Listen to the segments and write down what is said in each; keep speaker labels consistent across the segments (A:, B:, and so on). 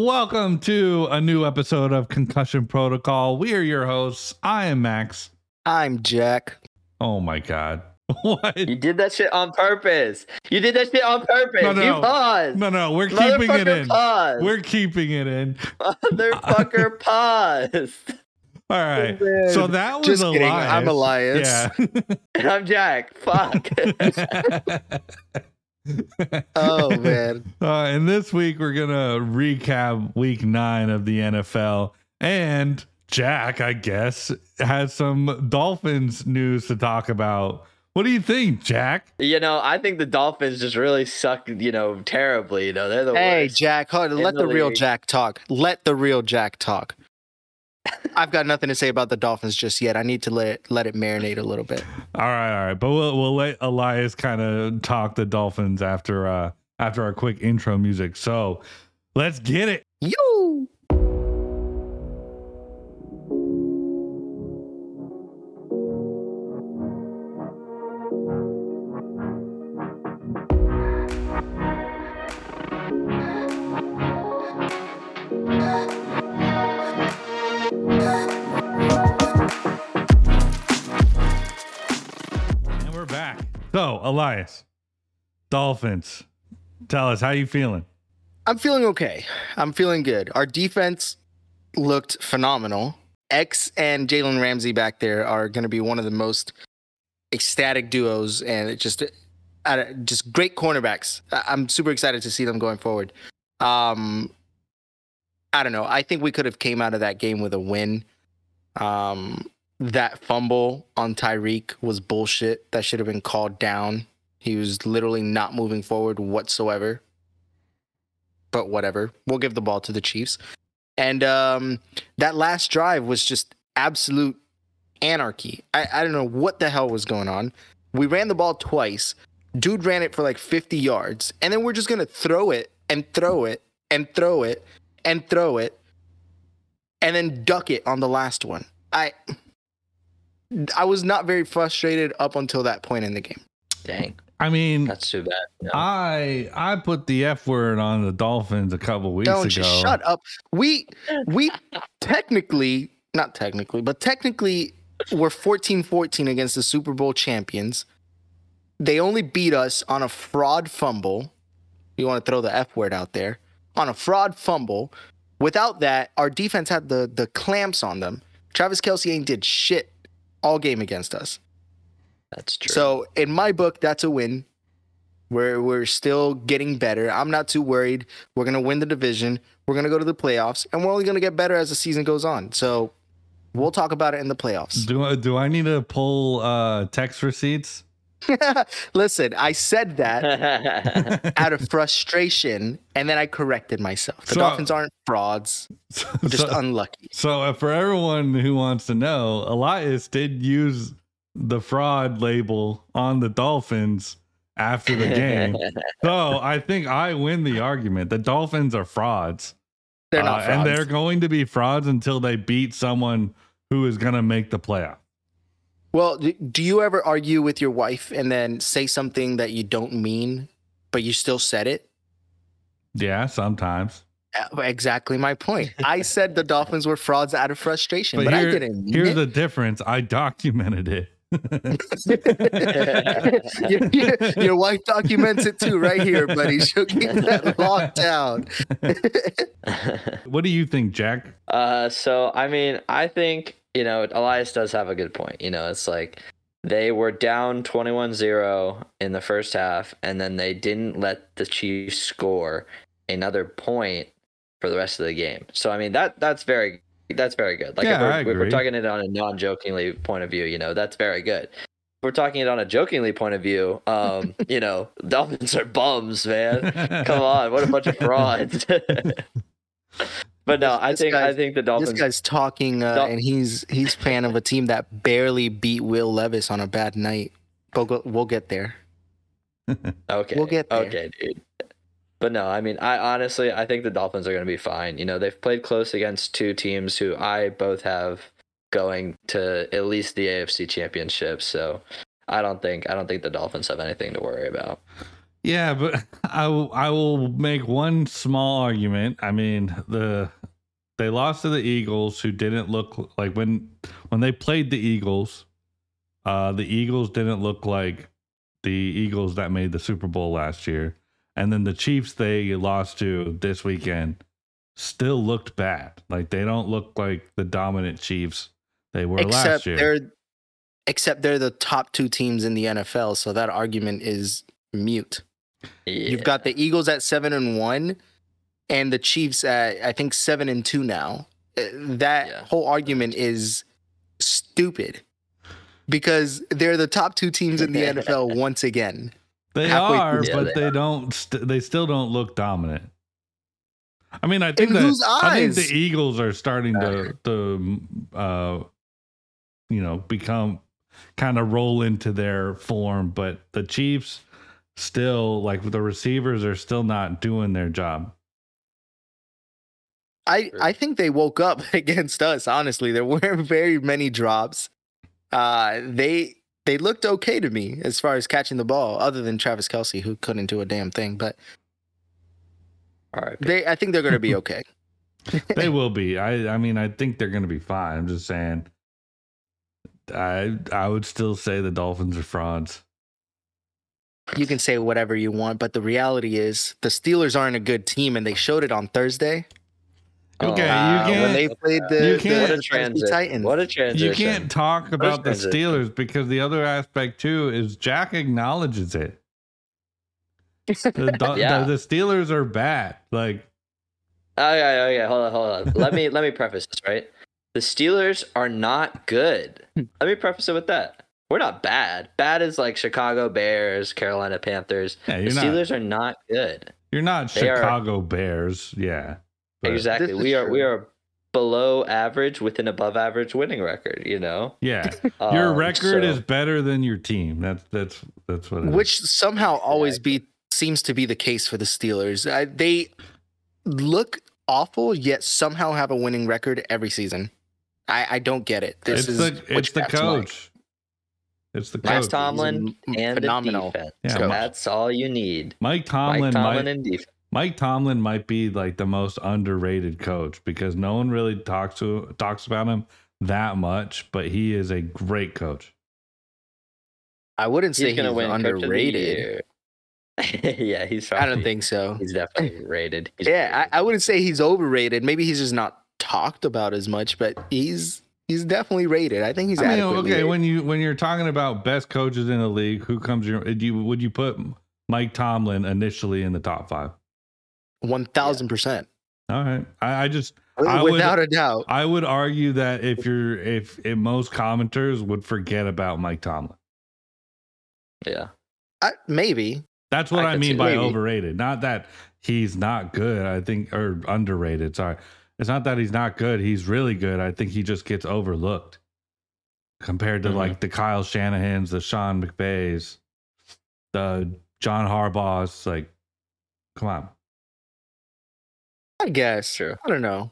A: Welcome to a new episode of Concussion Protocol. We are your hosts. I am Max.
B: I'm Jack.
A: Oh my god. What?
C: You did that shit on purpose. You did that shit on purpose.
A: No, no.
C: You paused.
A: No, no, we're keeping it
C: Motherfucker
A: in.
C: paused.
A: We're keeping it in.
C: Motherfucker paused.
A: All right.
B: Dude,
A: So that was
B: Just
A: Elias.
B: kidding. I'm Elias.
C: And I'm Jack. Fuck.
A: Yeah.
B: Oh man.
A: Uh, and this week we're gonna recap week nine of the NFL. And Jack, I guess, has some Dolphins news to talk about. What do you think, Jack?
C: you know, I think the Dolphins just really suck, you know, terribly. You know, they're the
B: Hey
C: worst.
B: Jack, hold on.
C: In
B: Let
C: the
B: the real
C: league.
B: Jack talk. Let the real Jack talk. I've got nothing to say about the Dolphins just yet. I need to let it, let it marinate a little bit.
A: All right, all right. But we'll we'll let Elias kind of talk the Dolphins after uh after our quick intro music. So let's get it.
B: Yo.
A: And we're back. So Elias, Dolphins, tell us how you feeling.
B: I'm feeling okay. I'm feeling good. Our defense looked phenomenal. X and Jalen Ramsey back there are going to be one of the most ecstatic duos, and it just uh, just great cornerbacks. I- I'm super excited to see them going forward. Um, I don't know. I think we could have came out of that game with a win. Um, that fumble on Tyreek was bullshit. That should have been called down. He was literally not moving forward whatsoever but whatever. We'll give the ball to the Chiefs. And um, that last drive was just absolute anarchy. I, I don't know what the hell was going on. We ran the ball twice. Dude ran it for like 50 yards. And then we're just going to throw it and throw it and throw it and throw it and then duck it on the last one. I. I was not very frustrated up until that point in the game.
C: Dang,
A: I mean,
C: that's too bad. No.
A: Uh, I I put the F word on the Dolphins a couple weeks
B: Don't
A: ago.
B: you shut up. We we technically not technically, but technically we're 14-14 against the Super Bowl champions. They only beat us on a fraud fumble. You want to throw the F word out there. On a fraud fumble. Without that, our defense had the the clamps on them. Travis Kelsey ain't did shit all game against us.
C: that's true.
B: So in my book, that's a win. We're we're still getting better. I'm not too worried. We're gonna win the division. We're gonna go to the playoffs, and we're only gonna get better as the season goes on. So we'll talk about it in the playoffs.
A: Do I do I need to pull uh text receipts?
B: Listen, I said that
C: yeah,
B: out of frustration, and then I corrected myself. The
A: So-
B: Dolphins aren't frauds.
A: So,
B: We're just
A: so,
B: unlucky.
A: so, uh, for everyone who wants to know, Elias did use the fraud label on the Dolphins after the game. so I think I win the argument. The Dolphins are frauds.
B: They're not
A: Uh,
B: frauds.
A: And they're going to be frauds until they beat someone who is going to make the playoff.
B: Well, d- do you ever argue with your wife and then say something that you don't mean, but you still said it?
A: Yeah, sometimes.
B: Uh, Exactly my point. I said the Dolphins were frauds out of frustration,
A: But
B: but,
A: here-
B: I didn't. mean
A: Here's
B: it.
A: the difference. I documented it.
B: your, your- your wife documents it too, right here, buddy. She'll keep that locked down.
A: What do you think, Jack?
C: Uh, so I mean, I think you know Elias does have a good point. You know, it's like they were down 21-0 in the first half, and then they didn't let the Chiefs score another point for the rest of the game. So I mean, that that's very that's very good. Like
A: Yeah,
C: if, we're,
A: I
C: if we're
A: agree.
C: talking it on a non-jokingly point of view, you know, that's very good. If we're talking it on a jokingly point of view. Um, you know, Dolphins are bums, man. Come on, what a bunch of frauds. but no, I
B: This
C: think
B: guy-
C: I think the
B: This
C: Dolphins.
B: guy's talking, uh,
C: Dol-
B: and he's he's fan of a team that barely beat Will Levis on a bad night. We'll, go, we'll get there.
C: Okay,
B: we'll get there.
C: Okay, dude. But no, I mean, I honestly, I think the Dolphins are going to be fine. You know, they've played close against two teams who I both have going to at least the AFC Championship. So I don't think I don't think the Dolphins have anything to worry about.
A: Yeah, but I w- I will make one small argument. I mean, the they lost to the Eagles who didn't look like when when they played the Eagles, uh the Eagles didn't look like the Eagles that made the Super Bowl last year. And then the Chiefs they lost to this weekend still looked bad. Like they don't look like the dominant Chiefs they were
B: except
A: last year.
B: they're except they're the top two teams in the NFL, so that argument is mute. You've got the Eagles at seven and one, and the Chiefs at I think seven and two now. Uh, That
C: Yeah.
B: whole argument is stupid because they're the top two teams in the NFL once again.
A: They
B: halfway
A: are,
C: through. Yeah,
A: but they, don't. St- they still don't look dominant. I mean, I think
B: In
A: that
B: whose
A: I think
B: eyes?
A: the E- Eagles are starting to to uh, you know become kind of roll into their form, but the Chiefs still like the receivers are still not doing their job.
B: I,
C: Sure.
B: I think they woke up against us. Honestly, there weren't very many drops. Uh, they they looked okay to me as far as catching the ball, other than Travis Kelsey, who couldn't do a damn thing. But
C: All right.
B: they, I think they're going to be okay.
A: They will be. I I mean, I think they're going to be fine. I'm just saying. I I would still say the Dolphins are frauds.
B: you can say whatever you want, but the reality is the Steelers aren't a good team, and they showed it on Thursday Uh,
A: Okay, you
C: wow.
B: Oh, when
A: can't-
B: they played the,
A: You can't-
B: the,
C: what a
B: the
C: transit.
B: Tennessee Titans.
C: What a transition.
A: You can't talk about the
C: transition.
A: Steelers because the other aspect too is Jack acknowledges it. The, Do-
C: Yeah.
A: the, the Steelers are bad. Like
C: Oh yeah, oh yeah. Hold on, hold on. Let me let me preface this right. The Steelers are not good.
A: Hmm.
C: Let me preface it with that. We're not bad. Bad is like Chicago Bears, Carolina Panthers.
A: yeah,
C: The
A: you're not
C: Steelers are not good.
A: you're not
C: they are-
A: Chicago Bears. Yeah. But-
C: Exactly.
B: This is
C: We are we
B: true.
C: are below average with an above average winning record. You know,
A: Yeah. Your
C: Um,
A: record
C: so-
A: is better than your team. That's that's that's what it is.
B: which somehow always be seems to be the case for the Steelers. I, they look awful, yet somehow have a winning record every season. I, I don't get it. This
A: it's
B: is
A: the it's the
B: witchcraft to my-
A: coach. It's the
C: Mike
A: coach.
B: Last time-
C: Tomlin
B: He's
C: Mm, and
B: phenomenal
C: the defense.
A: Yeah,
B: Coach.
C: That's all you need.
A: Mike Tomlin,
C: Mike
A: might-
C: Tomlin and defense.
A: Mike Tomlin might be like the most underrated coach because no one really talks to talks about him that much, but he is a great coach.
B: I wouldn't say
C: He's
B: he's,
C: gonna win Coach of the
B: underrated.
C: Year. yeah, he's.
B: I don't
C: probably-
B: think so.
C: he's definitely rated. He's
B: Yeah, I, I wouldn't say he's overrated. Maybe he's just not talked about as much, but he's he's definitely rated. I think he's
A: I mean,
B: adequately
A: okay,
B: rated.
A: when you when you're talking about best coaches in the league, who comes your do you would you put Mike Tomlin initially in the top five?
B: one thousand percent,
A: All right, I, I just I would-
B: without a doubt.
A: I would argue that if you're if, if most commenters would forget about Mike Tomlin.
C: Yeah.
B: I, maybe
A: That's what
C: I
A: I,
C: could
A: mean
C: see-
A: by
B: Maybe.
A: overrated. Not that he's not good, I think, or underrated. Sorry. It's not that he's not good. He's really good. I think he just gets overlooked compared to
C: Mhm.
A: like the Kyle Shanahan's, the Sean McVays, the John Harbaugh's. Like, come on.
B: I guess.
C: True.
B: I don't know.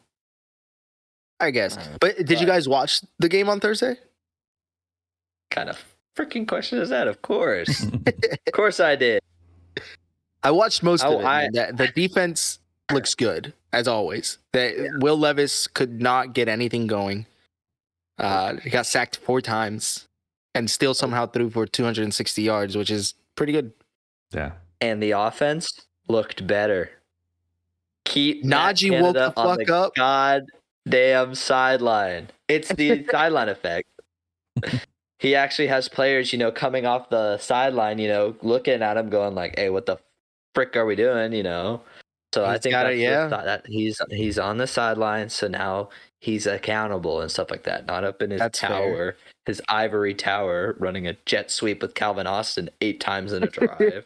B: I guess.
C: Uh,
B: But did you
C: but-
B: guys watch the game on Thursday?
C: kind of freaking question is that? Of course. of course I did.
B: I watched most
C: Oh,
B: of it.
C: I-
B: man. the, the defense looks good as always. That Will Levis could not get anything going. Uh, he got sacked four times, and still somehow threw for 260 yards, which is pretty good.
A: Yeah.
C: And the offense looked better. Keep Matt
B: Najee woke
C: Canada
B: the
C: on
B: fuck up.
C: God damn sideline. It's the sideline effect. He actually has players, you know, coming off the sideline, you know, looking at him, going like, "Hey, what the frick are we doing?" You know. So I
B: He's
C: think
B: got
C: that's
B: it,
C: what's
B: yeah.
C: not- that he's he's on the sideline, so now he's accountable and stuff like that. Not up in his
B: That's fair.
C: tower, his ivory tower, running a jet sweep with Calvin Austin eight times in a drive.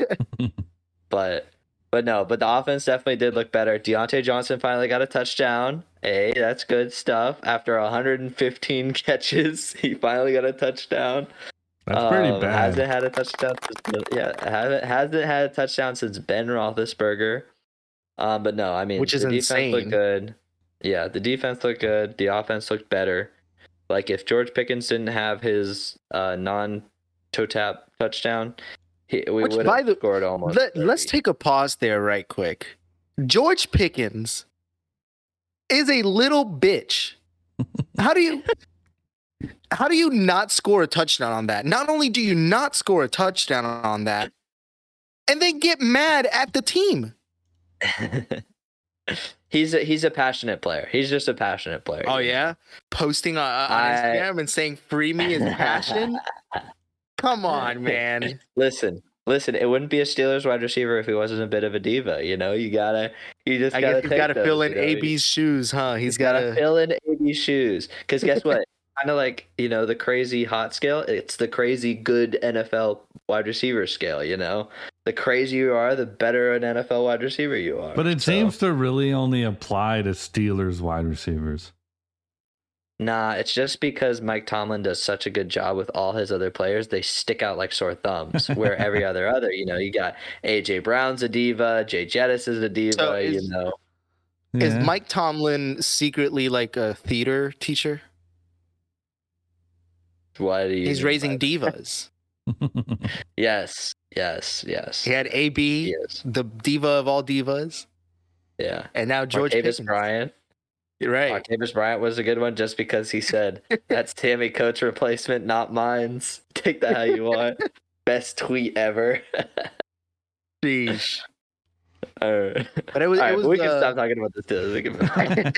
C: but but no, but the offense definitely did look better. Deontay Johnson finally got a touchdown. Hey, that's good stuff. After 115 catches, he finally got a touchdown.
A: That's pretty
C: Um,
A: bad.
C: Hasn't had a touchdown. Since, yeah, haven't hasn't had a touchdown since Ben Roethlisberger. Um, but no, I mean,
B: Which is
C: the defense
B: insane.
C: looked good. Yeah, the defense looked good. The offense looked better. Like if George Pickens didn't have his uh, non-toe tap touchdown, He, we
B: Which,
C: would
B: by the-
C: have scored almost.
B: Let, let's
C: 30.
B: take a pause there, right quick. George Pickens is a little bitch. How do you? How do you not score a touchdown on that? Not only do you not score a touchdown on that, and they get mad at the team.
C: he's a, he's a passionate player. He's just a passionate player.
B: Oh, yeah, posting on, on
C: Oh, I-
B: Instagram and saying "free me" is passion. Come on, man.
C: Listen, listen. It wouldn't be a Steelers wide receiver if he wasn't a bit of a diva. You know, you gotta. You just.
B: I
C: gotta
B: guess you've
C: take
B: got to fill
C: those,
B: in
C: you know?
B: AB's shoes, huh? He's got
C: gotta
B: to.
C: fill in AB's shoes. Because guess what? kind of like you know the crazy hot scale. It's the crazy good NFL wide receiver scale. You know, the crazier you are, the better an NFL wide receiver you are.
A: But it
C: So-
A: seems to really only apply to Steelers wide receivers.
C: Nah, it's just because Mike Tomlin does such a good job with all his other players. They stick out like sore thumbs. Where every other other, you know, you got AJ Brown's a diva, Jay Jettis is a diva.
B: So is-
C: you know,
B: Is
A: Yeah.
B: Mike Tomlin secretly like a theater teacher?
C: why do you?
B: He's
C: mean by-
B: raising divas.
C: Yes, yes, yes.
B: He had AB,
C: Yes.
B: the diva of all divas,
C: Yeah.
B: and now George
C: Octavius
B: Pickens.
C: Bryant.
B: Right.
C: Octavius Bryant was a good one just because he said, "That's Tammy Coach replacement, not mine's. Take that how you want." Best tweet ever.
B: Sheesh.
C: All right,
B: But it was,
C: All right,
B: it, was
C: we can
B: uh,
C: stop talking about this. Dude. We can-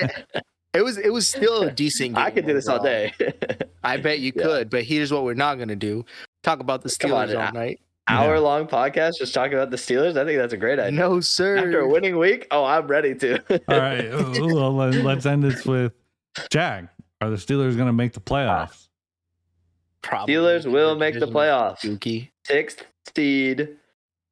B: it was it was still a decent game.
C: I could do this all
B: overall.
C: day.
B: I bet you
C: Yeah.
B: could, but here's what we're not gonna do. Talk about the
C: Come on,
B: Steelers all
C: I-
B: night.
C: Hour long podcast just talking about the Steelers. I think that's a great idea.
B: No,
C: After a
B: sir.
C: winning week, oh, I'm ready to.
A: All right. Ooh, well, let- let's end this with Jack. Are the Steelers going to make the playoffs?
B: Probably.
C: Steelers will make the playoffs.
B: Dookie.
C: Sixth seed.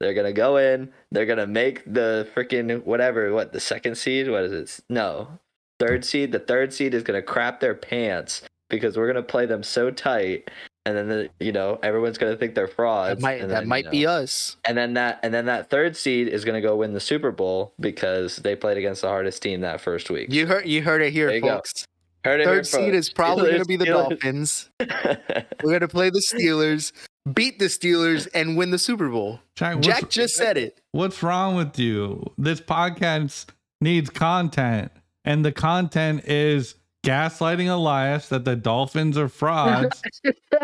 C: They're gonna go in. They're gonna make the freaking whatever. What the second seed? What is it? No, third seed. The third seed is gonna crap their pants because we're gonna play them so tight, and then the, you know everyone's gonna think they're frauds.
B: That might
C: and
B: that
C: then,
B: might
C: you
B: be
C: know,
B: us.
C: And then that and then that third seed is gonna go win the Super Bowl because they played against the hardest team that first week.
B: You heard you heard it
C: There
B: here,
C: you go.
B: folks.
C: Heard it here
B: Third seed is
C: first.
B: probably gonna
C: Steelers,
B: be the
C: Steelers.
B: Dolphins. We're gonna play the Steelers, beat the Steelers, and win the Super Bowl.
A: Jack, what's,
B: Jack just said it.
A: what's wrong with you? This podcast needs content, and the content is gaslighting Elias that the Dolphins are frauds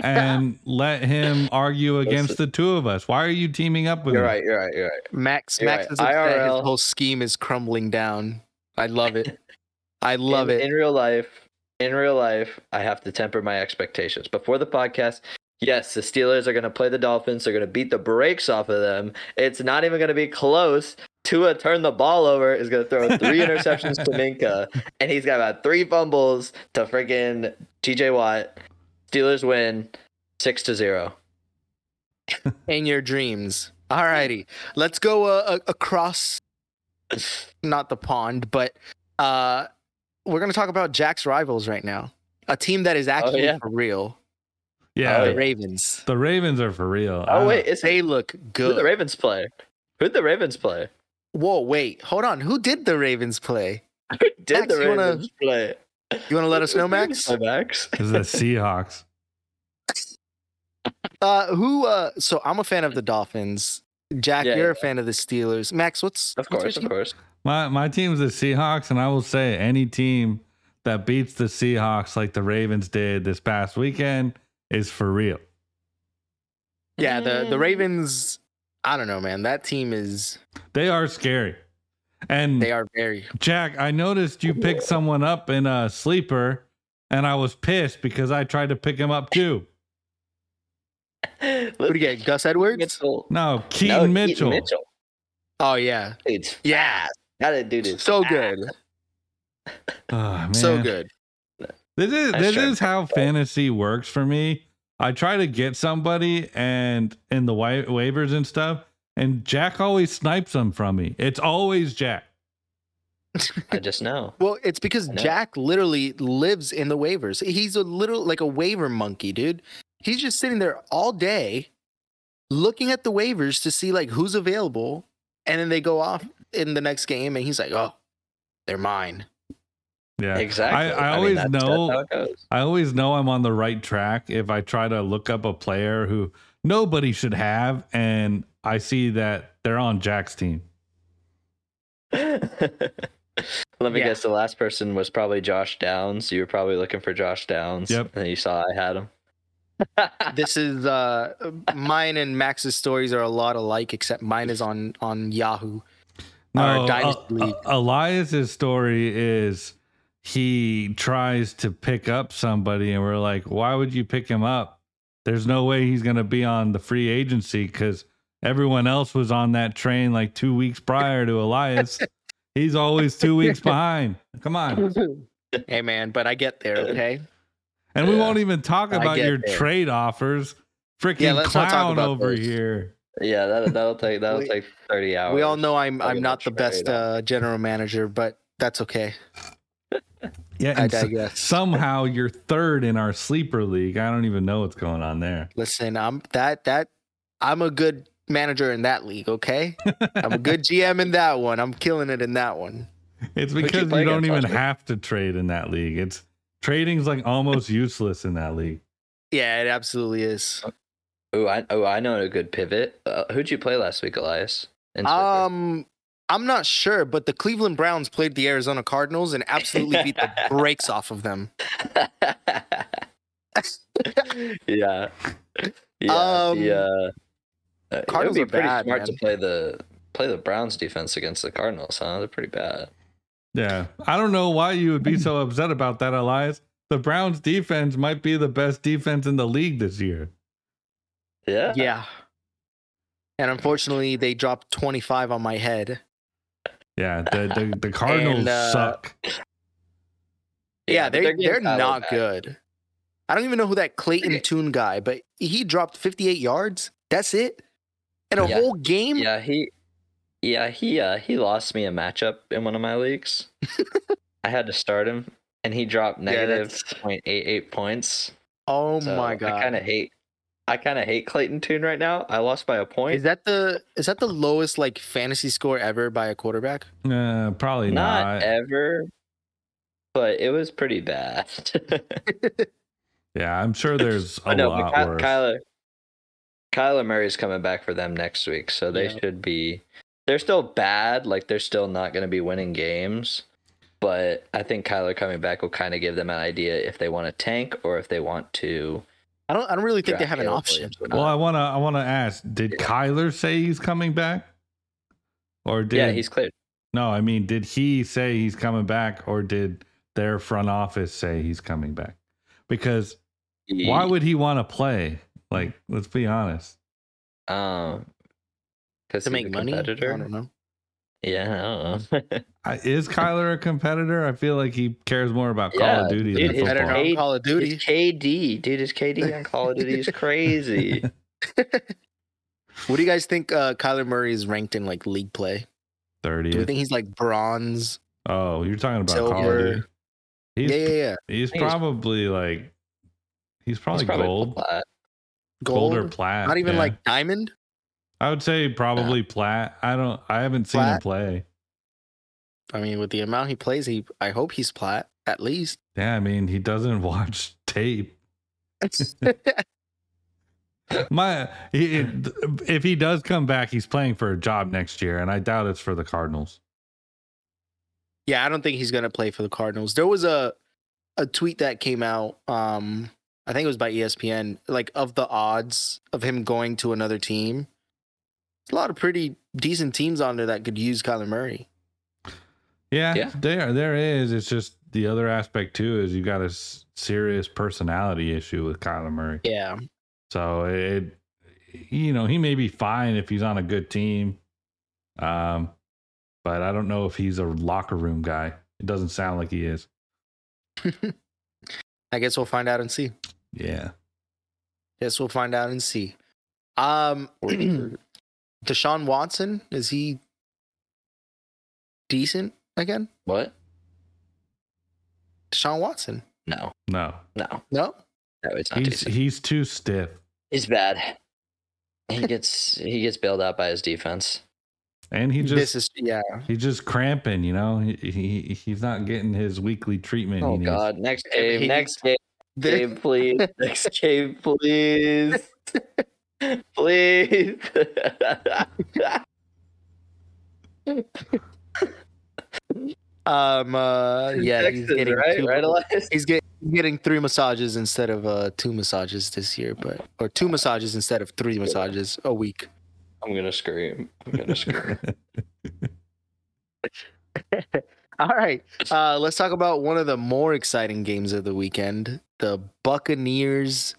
A: and let him argue against the two of us. Why are you teaming up with
C: you're
A: him?
C: right. You're right. You're right.
B: Max
C: You're
B: Max
C: right.
B: is upset his
C: IRL.
B: whole scheme is crumbling down. I love it. I love
C: in,
B: it.
C: In real life, in real life, I have to temper my expectations. Before the podcast, yes, the Steelers are going to play the Dolphins. They're going to beat the brakes off of them. It's not even going to be close. Tua turned the ball over. Is going to throw three interceptions to Minka, and he's got about three fumbles to freaking T.J. Watt. Steelers win six to zero.
B: In your dreams. Alrighty, let's go uh, a- across, not the pond, but uh, we're gonna talk about Jack's rivals right now. A team that is actually
C: Oh, yeah.
B: for real.
A: Yeah.
C: Oh,
B: The
C: yeah.
B: Ravens.
A: The Ravens are for real. Uh, I
C: Oh
A: don't-
C: wait, it's
B: They look
C: who the
B: good.
C: Ravens play? Who the Ravens play?
B: Whoa, wait, hold on. Who did the Ravens play?
C: Did
B: Max,
C: the
B: you wanna-
C: Ravens play?
B: You want to let us know, Max?
C: Hi, Max.
A: It's the Seahawks.
B: Uh, who? Uh, so I'm a fan of the Dolphins. Jack,
C: Yeah,
B: you're
C: yeah.
B: a fan of the Steelers. Max, what's
C: Of
B: what's your
C: course,
B: team?
C: of course.
A: My my team's the Seahawks, and I will say any team that beats the Seahawks like the Ravens did this past weekend is for real.
B: Yeah, the the Ravens. I don't know, man. That team is
A: They are scary. And
B: they are very.
A: Jack, I noticed you picked someone up in a sleeper, and I was pissed because I tried to pick him up too.
B: Who do you get? Gus Edwards.
C: Mitchell.
A: No, Keaton
C: Keaton
A: Mitchell.
C: Mitchell.
B: Oh yeah,
C: Dude's
B: yeah.
C: How did dude is
B: So
C: fast.
B: good,
A: Ah, man.
B: so good.
A: This is
C: Nice
A: this
C: try.
A: is how fantasy works for me. I try to get somebody and in the wa- waivers and stuff, and Jack always snipes them from me. It's always Jack.
C: I just know.
B: Well, it's because
C: I know.
B: Jack literally lives in the waivers. He's a little like a waiver monkey, dude. He's just sitting there all day, looking at the waivers to see like who's available, and then they go off in the next game, and he's like, "Oh, they're mine."
A: Yeah,
C: Exactly.
A: I, I
C: mean,
A: always
C: that's- that's
A: know
C: how it goes.
A: I always know I'm on the right track if I try to look up a player who nobody should have. And I see that they're on Jack's team.
C: Let me
B: Yeah.
C: guess. The last person was probably Josh Downs. You were probably looking for Josh Downs.
A: Yep.
C: And you saw I had him.
B: this is uh mine and Max's stories are a lot alike, except mine is on on Yahoo. Our Dynasty
A: El- El-
B: League.
A: Elias's story is he tries to pick up somebody, and we're like, why would you pick him up? There's no way he's going to be on the free agency because everyone else was on that train like two weeks prior to Elias. he's always two weeks behind. Come on.
B: hey man, but I get there, okay?
A: And we
C: Yeah.
A: won't even talk
C: I
A: about
C: get
A: your
C: there.
A: trade offers. Freaking
B: Yeah, let's not talk
A: clown
B: about
A: over
B: those.
A: here.
C: yeah, that, that'll take that'll
B: We-
C: take thirty hours.
B: We all know I'm
C: I'll
B: I'm
C: get
B: not the
C: that
B: best
C: straight
B: uh general manager, but that's okay.
A: Yeah,
B: I
A: and s-
B: digress.
A: somehow you're third in our sleeper league. I don't even know what's going on there.
B: Listen, I'm that that I'm a good manager in that league, okay? I'm a good GM in that one. I'm killing it in that one.
A: It's
C: We keep
A: because you
C: playing
A: don't
C: against
A: even
C: us, right?
A: have to trade in that league. It's trading's like almost useless in that league.
B: Yeah, it absolutely is.
C: Oh, I oh I know a good pivot. Uh, who'd you play last week, Elias? In Super?
B: Um I'm not sure, but the Cleveland Browns played the Arizona Cardinals and absolutely beat the brakes off of them.
C: yeah. Yeah.
B: Um,
C: the, uh, it would
B: Cardinals
C: be
B: are
C: pretty
B: bad,
C: smart to
B: man.
C: play the play the Browns defense against the Cardinals, huh? They're pretty bad.
A: Yeah. I don't know why you would be so upset about that, Elias. The Browns defense might be the best defense in the league this year.
C: Yeah.
B: Yeah. And unfortunately, they dropped 25 on my head.
A: Yeah, the the, the Cardinals
B: uh,
A: suck.
B: Yeah, they're,
C: but they're
B: they're,
C: getting Tyler
B: not
C: back.
B: good. I don't even know who that Clayton
C: Okay.
B: Toon guy, but he dropped 58 yards. That's it? In a
C: Yeah.
B: whole game?
C: Yeah, he Yeah, he uh he lost me a matchup in one of my leagues. I had to start him and he dropped
B: Yeah,
C: negative
B: that's-
C: 0.88 points.
B: Oh
C: So
B: my god.
C: I kind of hate I kind of hate Clayton Toon right now. I lost by a point.
B: is that the is that the lowest like fantasy score ever by a quarterback?
A: Uh, probably
C: not,
A: not.
C: ever, but it was pretty bad.
A: Yeah, I'm sure there's a
C: I know,
A: lot
C: but Ky-
A: worse.
C: Kyler, Kyler Murray's coming back for them next week, so they
B: Yeah.
C: should be. They're still bad, like they're still not going to be winning games, but I think Kyler coming back will kind of give them an idea if they want to tank or if they want to.
B: I don't I don't really think they
C: draft
B: have an
C: Caleb
B: option.
C: Williams or
A: well,
C: not.
A: I wanna I wanna ask, did Kyler say he's coming back? Or did
C: yeah, he's cleared.
A: No, I mean, did he say he's coming back or did their front office say he's coming back? Because why would he want to play? Like, let's be honest.
C: um because
B: To make money? I don't know.
C: Yeah, I don't know.
A: I, is Kyler a competitor? I feel like he cares more about Call of
C: Yeah,
A: Duty
C: dude,
A: than
C: he's
B: Better
A: football.
B: not
C: Hey,
B: Call of Duty.
C: It's KD, dude. His KD on Call of Duty is crazy.
B: What do you guys think uh Kyler Murray is ranked in like league play? Do we
A: 30th.
B: think he's like bronze?
A: Oh, you're talking about Call of
B: Silver.
A: Duty. He's,
B: yeah, yeah, yeah.
A: he's
C: think he's-
A: probably like, he's probably,
C: He's probably
A: gold,
C: flat.
A: gold,
B: Gold?
A: or plat.
B: Not even
A: yeah.
B: like diamond?
A: I would say probably plat. I don't, I haven't seen him
B: Plat?
A: play.
B: I mean, with the amount he plays, he I hope he's plat at least.
A: Yeah, I mean, he doesn't watch tape. My he, if he does come back, he's playing for a job next year, and I doubt it's for the Cardinals.
B: yeah, I don't think he's gonna play for the Cardinals. There was a a tweet that came out. Um, I think it was by ESPN, like of the odds of him going to another team. There's a lot of pretty decent teams on there that could use Kyler Murray.
A: Yeah,
C: Yeah.
A: there there is. It's just the other aspect too is you got a s- serious personality issue with Kyler Murray.
B: Yeah,
A: So it, you know, he may be fine if he's on a good team, um, but I don't know if he's a locker room guy. It doesn't sound like he is.
B: I guess we'll find out and see.
A: Yeah,
B: Guess we'll find out and see. Um, Deshaun Watson is he decent again?
C: What?
B: Deshaun Watson?
C: No,
A: no,
C: no,
B: No,
C: no. It's not
A: he's
C: decent.
A: he's too stiff,
C: He's bad. He gets he gets bailed out by his defense.
A: and he just
B: this is yeah.
A: He's just cramping, you know. He, he he's not getting his weekly treatment.
C: Oh
A: he needs.
C: God! Next
B: He
C: game,
B: needs-
C: next game,
B: This,
C: game, please. Next game, please. Please.
B: Um, uh, yeah, he's
C: Texas,
B: getting
C: right,
B: two,
C: right, Elias.
B: he's get, getting three massages instead of uh two massages this year, but or two massages instead of three massages a week.
C: I'm gonna scream. I'm gonna scream.
B: All right, uh, let's talk about one of the more exciting games of the weekend: the Buccaneers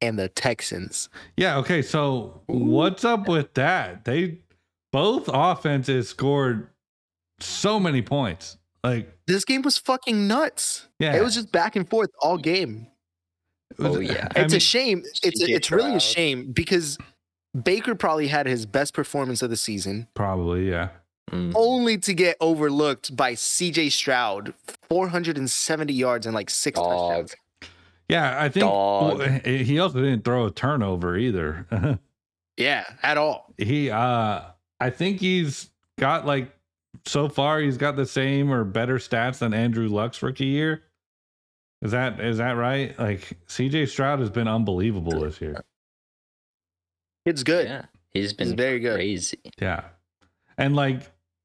B: and the Texans.
A: Yeah. Okay. So what's up with that? They both offenses scored so many points. Like,
B: This game was fucking nuts.
A: yeah.
B: It was just back and forth all game.
A: it was-
C: Oh, yeah.
A: I
B: it's
A: mean,
B: a shame. It's
C: CJ
B: it's really a
C: Stroud.
B: shame because Baker probably had his best performance of the season,
A: probably. Yeah.
C: Mm.
B: only to get overlooked by C.J. Stroud, 470 yards and like six
C: Dog.
B: touchdowns.
A: Yeah. I think
C: Dog.
A: well, he he also didn't throw a turnover either.
B: Yeah, at all.
A: he uh i think he's got like so far he's got the same or better stats than andrew luck's rookie year is that is that right like cj stroud has been unbelievable this year
B: It's good.
C: Yeah, he's
B: It's
C: been
B: very good.
C: crazy.
A: yeah and like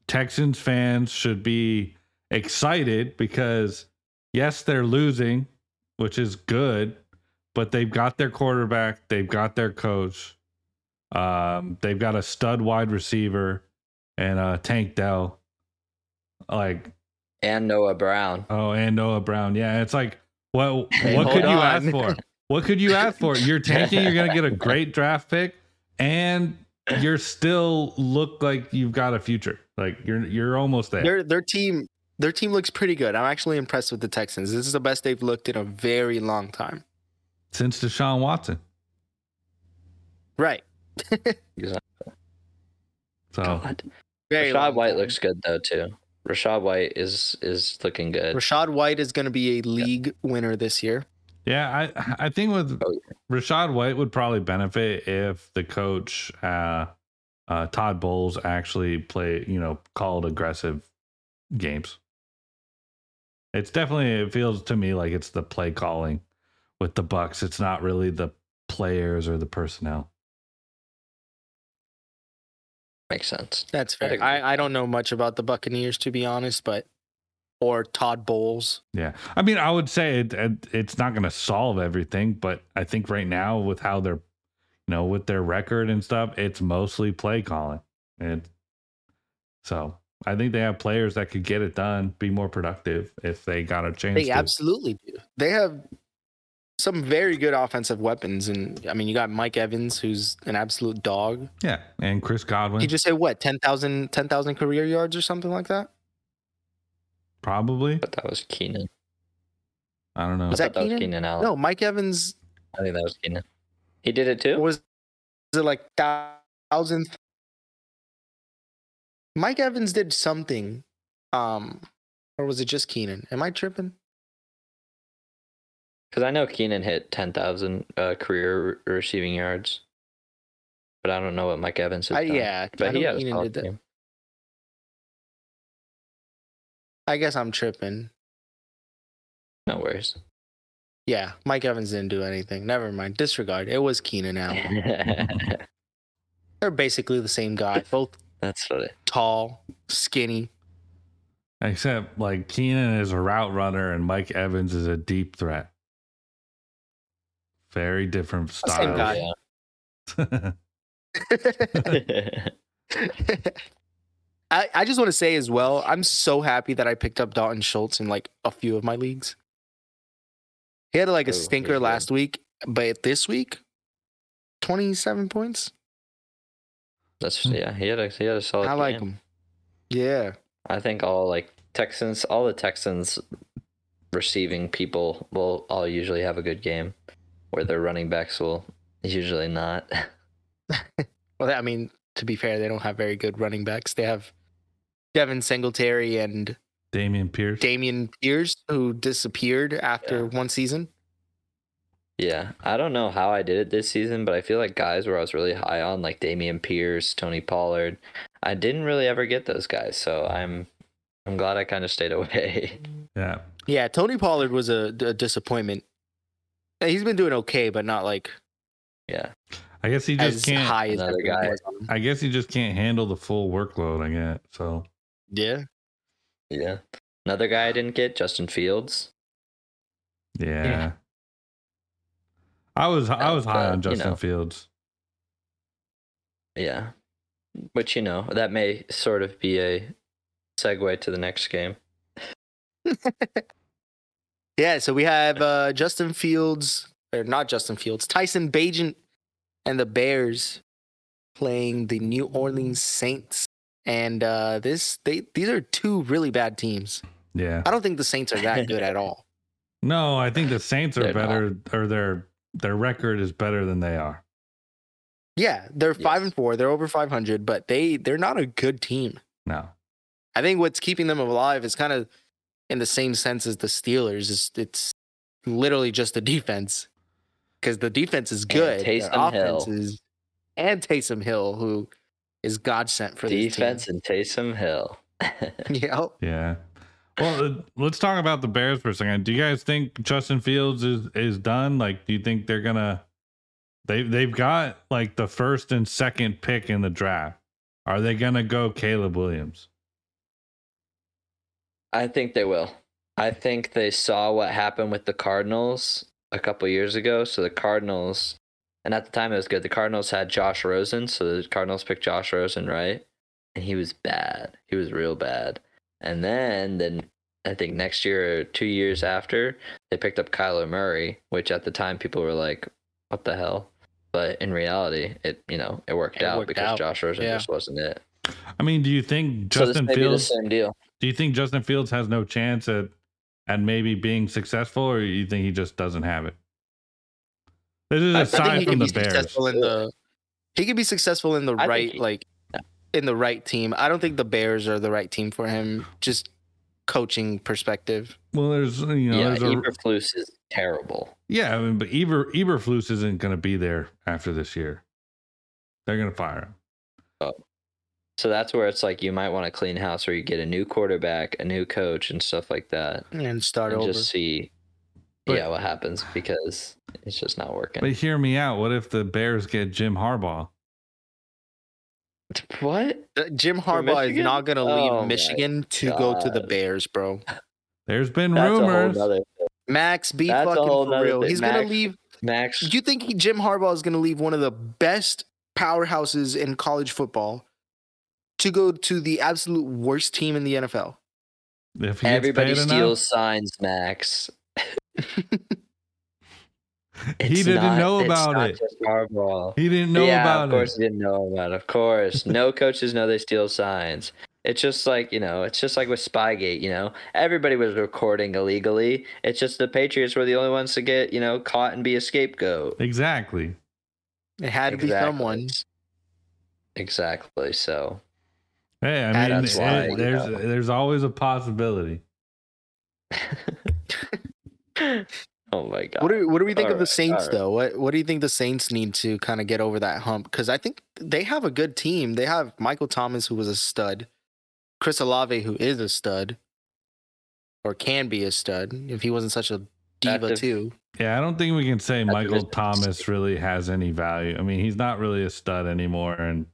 A: texans fans should be excited because yes they're losing which is good but they've got their quarterback they've got their coach um, they've got a stud wide receiver and uh, tank dell like
C: And Noah Brown.
A: oh and noah brown yeah it's like what what
B: hold
A: could you
B: on.
A: ask for what could you ask for you're tanking you're gonna get a great draft pick and you're still look like you've got a future like you're you're almost there
B: Their their team their team looks pretty good. I'm actually impressed with the Texans. This is the best they've looked in a very long time.
A: since deshaun watson
B: Right.
A: so
C: God.
B: Very
C: Rashad
B: long
C: White
B: time.
C: looks good though too. Rashad White is is looking good.
B: Rashad White is going to be a league winner this year.
A: Yeah, I I think with
C: Oh,
A: Rashad White would probably benefit if the coach uh, uh, Todd Bowles actually play you know called aggressive games. It's definitely it feels to me like it's the play calling with the Bucks. It's not really the players or the personnel.
C: Makes sense.
B: That's
C: I'd
B: fair.
C: agree.
B: I, I don't know much about the Buccaneers to be honest, but or Todd Bowles.
A: Yeah, I mean, I would say it, it, it's not going to solve everything, but I think right now with how they're, you know, with their record and stuff, it's mostly play calling, and so I think they have players that could get it done, be more productive if they got a chance.
B: They
A: to.
B: absolutely do. They have some very good offensive weapons, and I mean, you got Mike Evans, who's an absolute dog.
A: yeah, and Chris
B: He
A: Godwin
B: just had what 10,000 10,000 career yards or something like that.
A: probably.
C: But that was Keenan.
A: I don't know.
B: Was
C: I
B: that
C: thought that was
B: Keenan?
C: Keenan Allen.
B: No, Mike Evans
C: I think that was Keenan. He did it too.
B: was, was it like thousand. Mike Evans did something, um, or was it just Keenan? Am I tripping?
C: Because I know Keenan hit ten thousand uh, career re- receiving yards. But I don't know what Mike Evans has
B: I,
C: done.
B: yeah, I
C: But
B: know
C: he had a
B: Keenan
C: solid
B: did that.
C: game.
B: I guess I'm tripping.
C: No worries.
B: Yeah, Mike Evans didn't do anything. Never mind. Disregard. It was Keenan Allen. They're basically the same guy. Both
C: That's what it.
B: tall, skinny.
A: Except like Keenan is a route runner and Mike Evans is a deep threat. Very different
B: Same
A: styles.
B: guy.
C: Yeah.
B: I, I just want to say as well, I'm so happy that I picked up Dalton Schultz in like a few of my leagues. He had like a
C: Oh, he's
B: stinker
C: good.
B: last week, but this week, 27 points.
C: That's yeah. He had a he had a solid.
B: I like
C: game.
B: him. Yeah.
C: I think all like Texans, all the Texans receiving people will all usually have a good game, where their running backs will usually not.
B: Well, I mean, to be fair, they don't have very good running backs. They have Devin Singletary and
A: Damian Pierce.
B: Damian Pierce, who disappeared after one season.
C: yeah, I don't know how I did it this season, but I feel like guys where I was really high on, like Damian Pierce, Tony Pollard, I didn't really ever get those guys, so I'm I'm glad I kind of stayed away.
A: yeah.
B: Yeah, Tony Pollard was a, a disappointment. He's been doing okay, but not like
C: yeah,
A: I guess he just
B: as
A: can't.
B: high as
C: Another
B: everyone
C: guy.
B: was on him.
A: I guess he just can't handle the full workload. I guess so.
B: Yeah.
C: Yeah. Another guy I didn't get, Justin Fields.
A: Yeah.
D: Yeah.
A: I was I was high
C: Uh,
A: on
C: you
A: Justin
C: know.
A: Fields.
C: Yeah. Which, you know, that may sort of be a segue to the next game.
B: Yeah. So we have uh, Justin Fields, or not Justin Fields, Tyson Bajent and the Bears playing the New Orleans Saints. And uh, this they these are two really bad teams.
A: Yeah.
B: I don't think the Saints are that good at all.
A: No, I think the Saints are
C: They're
A: better, or their their record is better than they are.
B: Yeah, they're five and four. They're over five hundred, but they they're not a good team.
A: No.
B: I think what's keeping them alive is kind of in the same sense as the Steelers. Is it's literally just the defense because the defense is good. their
C: Taysom Hill.
B: is and Taysom Hill, who is God sent for this team.
C: Defense and Taysom Hill.
B: Yeah,
A: Yeah. Well, uh, let's talk about the Bears for a second. Do you guys think Justin Fields is is done? Like, do you think they're gonna they they've got like the first and second pick in the draft? Are they gonna go Caleb Williams?
C: I think they will. I think they saw what happened with the Cardinals a couple years ago. So the Cardinals, and at the time it was good. The Cardinals had Josh Rosen, so the Cardinals picked Josh Rosen, right? And he was bad. He was real bad. And then, then I think next year or two years after, they picked up Kyler Murray, which at the time people were like, "What the hell?" But in reality, it you know it worked
B: It
C: out
B: worked
C: because
B: out.
C: Josh Rosen
B: Yeah.
C: just wasn't it.
A: I mean, do you think
C: so this
A: Justin
C: may be the
A: Fields?
C: same deal.
A: Do you think Justin Fields has no chance at at maybe being successful, or you think he just doesn't have it? This is
C: I- I
A: a
B: I
C: think
B: think
A: sign
B: he
A: from
B: could
A: the
B: be
A: Bears.
B: successful in the. He could be successful in the
C: I think
B: right
C: he-
B: like,
C: Yeah.
B: in the right team. I don't think the Bears are the right team for him. Just coaching perspective.
A: Well, there's you know
C: yeah,
A: there's a
C: Eberflus is terrible.
A: Yeah, I mean, but Eber Eberflus isn't going to be there after this year. They're going to fire him.
C: So that's where it's like you might want to clean house where you get a new quarterback, a new coach, and stuff like that.
B: and start
C: and
B: over.
C: just see
A: But-
C: yeah, what happens because it's just not
A: But
C: working.
A: hear me out. What if the Bears get Jim Harbaugh?
C: what?
B: Uh, Jim Harbaugh is
C: Michigan?
B: not going to
C: Oh my
B: leave Michigan to go to the
C: God.
B: Bears, bro.
A: There's been
C: That's
A: rumors.
C: a whole nother
B: Max, be
C: That's a
B: fucking
C: whole
B: for
C: nother
B: real.
C: thing.
B: He's going
C: Max-
B: to leave.
C: Max
B: Do you think he, Jim Harbaugh is going to leave one of the best powerhouses in college football to go to the absolute worst team in the NFL?
A: If he
C: everybody
A: Everybody paid
C: steals signs, Max.
A: enough, he
C: It's
A: didn't
C: not-
A: know
C: it's
A: about
C: not
A: it.
C: just Harbaugh.
A: He didn't know
C: yeah,
A: about
C: of course
A: it.
C: he didn't know about it. Of course. No coaches know they steal signs. It's just like, you know, it's just like with Spygate, you know. Everybody was recording illegally. It's just the Patriots were the only ones to get, you know, caught and be a scapegoat.
A: Exactly.
B: It had to be
C: Exactly.
B: someone.
C: Exactly. So
A: Hey, I mean,
B: That's
A: it-
C: why,
A: it-
C: you
A: there's
C: know.
A: there's always a possibility.
C: Oh my god.
B: What do, what do we think
C: All
B: of the
C: right,
B: Saints,
C: all right.
B: though? What, what do you think the Saints need to kind of get over that hump? Because I think they have a good team. They have Michael Thomas, who was a stud, Chris Olave, who is a stud, or can be a stud if he wasn't such a diva,
C: Active.
B: too.
A: Yeah, I don't think we can say
C: That's
A: Michael
C: just-
A: Thomas really has any value. I mean, he's not really a stud anymore, and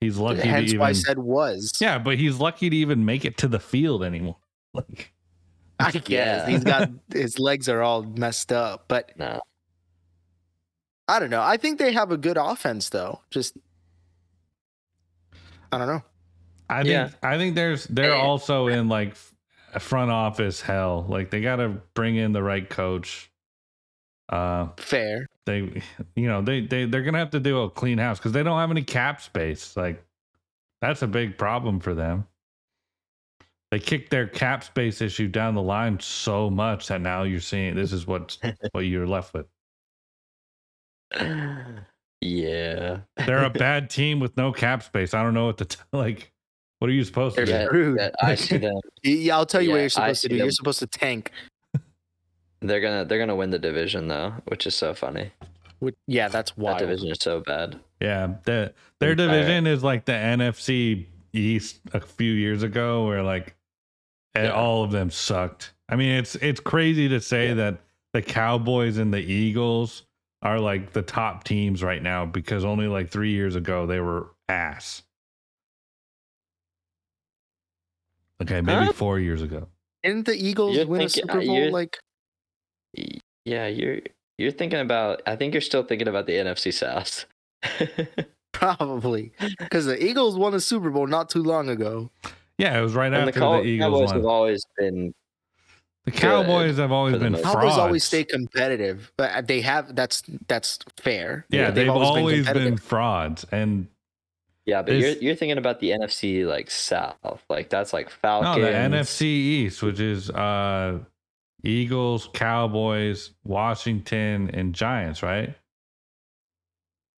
A: he's lucky to
B: Hence
A: even.
B: why I said was.
A: yeah, but he's lucky to even make it to the field anymore. Like,
B: I guess
C: Yeah.
B: he's got his legs are all messed up, but
C: No.
B: I don't know. I think they have a good offense though. Just I don't know.
A: I think
C: Yeah.
A: I think there's they're
C: Eh.
A: also in like f- front office hell. Like they got to bring in the right coach. Uh,
B: Fair.
A: they you know they they they're gonna have to do a clean house because they don't have any cap space. Like that's a big problem for them. They kicked their cap space issue down the line so much that now you're seeing this is what what you're left with.
C: yeah.
A: They're a bad team with no cap space. I don't know what to t- like. What are you supposed to
B: They're
A: do?
C: Yeah,
B: screwed.
C: that- I see them.
B: Y- Yeah, I'll tell you what
C: Yeah,
B: you're
C: I
B: supposed to
C: see
B: do.
C: them.
B: You're supposed to tank.
C: They're gonna they're gonna win the division though, which is so funny.
B: Which, yeah, that's
C: That
B: wild.
C: division is so bad.
A: Yeah, the, their
C: Entire-
A: division is like the NFC East a few years ago, where like and
C: Yeah.
A: all of them sucked. I mean, it's it's crazy to say
C: Yeah.
A: that the Cowboys and the Eagles are like the top teams right now because only like three years ago they were ass. Okay, maybe
C: Huh?
A: four years ago.
B: Didn't the Eagles
C: You're
B: win
C: thinking-
B: a
C: uh,
B: Super Bowl?
C: you're-
B: Like,
C: Yeah, you're you're thinking about. I think you're still thinking about the NFC South.
B: probably. Because the Eagles won a Super Bowl not too long ago.
A: Yeah, it was right
C: and the,
A: after the
C: Cow-
A: Eagles
C: Cowboys
A: won.
C: have always been.
A: the Cowboys have always
C: for the
A: been
C: most
A: frauds.
C: part.
B: Cowboys always stay competitive, but uh, they have that's that's fair.
A: yeah,
B: Like,
A: they've, always, been,
B: competitive.
A: frauds, and
C: Yeah, but you're
A: It's-
C: you're thinking about the NFC like South. Like that's like
A: no,
C: Falcons.
A: the NFC East, which is uh Eagles, Cowboys, Washington, and Giants, right?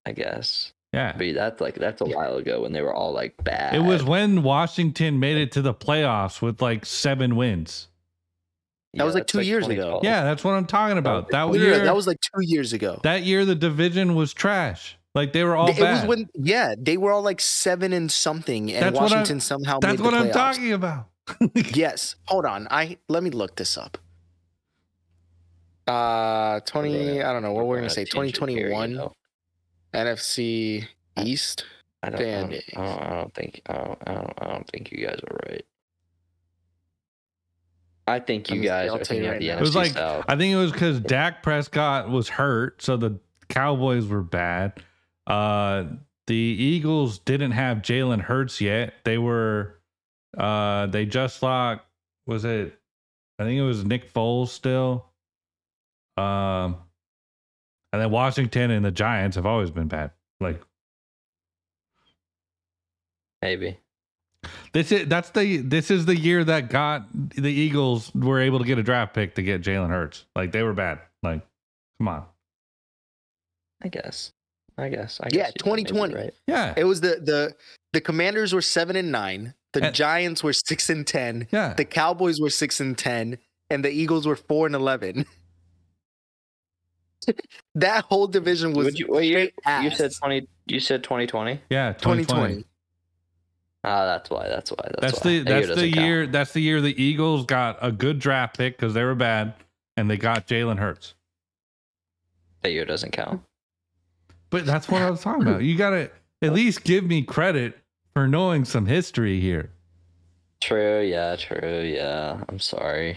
C: I guess.
A: Yeah,
C: But that's like that's a while ago when they were all like bad.
A: It was when Washington made it to the playoffs with like seven wins.
B: That was, like,
C: that's,
B: two years ago.
C: 2012.
A: Yeah, that's what I'm talking about. That
B: Literally,
A: year,
B: that Oh. was like two years ago.
A: that year, the division was trash. Like they were all
B: it
A: bad.
B: was when yeah they were all like seven and something, and
A: That's what I'm-
B: Washington somehow made
A: that's
B: the
A: what I'm
B: playoffs.
A: talking about.
B: Yes, hold on. I let me look this up. Uh, twenty. I don't know what we're gonna say.
C: Uh, change
B: Twenty
C: it here, you
B: twenty one
C: know.
B: NFC East.
C: I don't, I don't,
B: Band-Aid.
C: I don't, I don't think I don't, I don't I don't think you guys are right. I think
B: Let
C: you
B: me see,
C: guys
B: I'll
C: are
B: tell
C: thinking
B: you
C: of
B: right
C: the
B: now.
C: NFC
A: It was like-
C: South.
A: I think it was because Dak Prescott was hurt, so the Cowboys were bad. Uh, the Eagles didn't have Jalen Hurts yet. They were, uh, they just locked. Was it? I think it was Nick Foles still. Um, and then Washington and the Giants have always been bad. Like
C: Maybe.
A: this is that's the this is the year that got the Eagles were able to get a draft pick to get Jalen Hurts. Like they were bad. Like, come on.
C: I guess. I guess. I guess
B: Yeah,
C: you might be
B: 2020.
C: Right.
A: Yeah.
B: It was the the the Commanders were seven and nine. The
A: And-
B: Giants were six and ten.
A: Yeah.
B: The Cowboys were six and ten, and the Eagles were four and eleven. that whole division was
C: Would you, well, you,
B: straight ass.
C: you said twenty. You said twenty twenty.
A: Yeah,
B: 2020.
A: 2020.
C: Ah, that's why. That's why. That's,
A: That's,
C: why.
A: the
C: That
A: that's the
C: doesn't count.
A: year that's the year the Eagles got a good draft pick because they were bad and they got Jalen Hurts.
C: That year doesn't count.
A: But that's what I was talking about. You gotta at least give me credit for knowing some history here.
C: True. Yeah. True. Yeah. I'm sorry.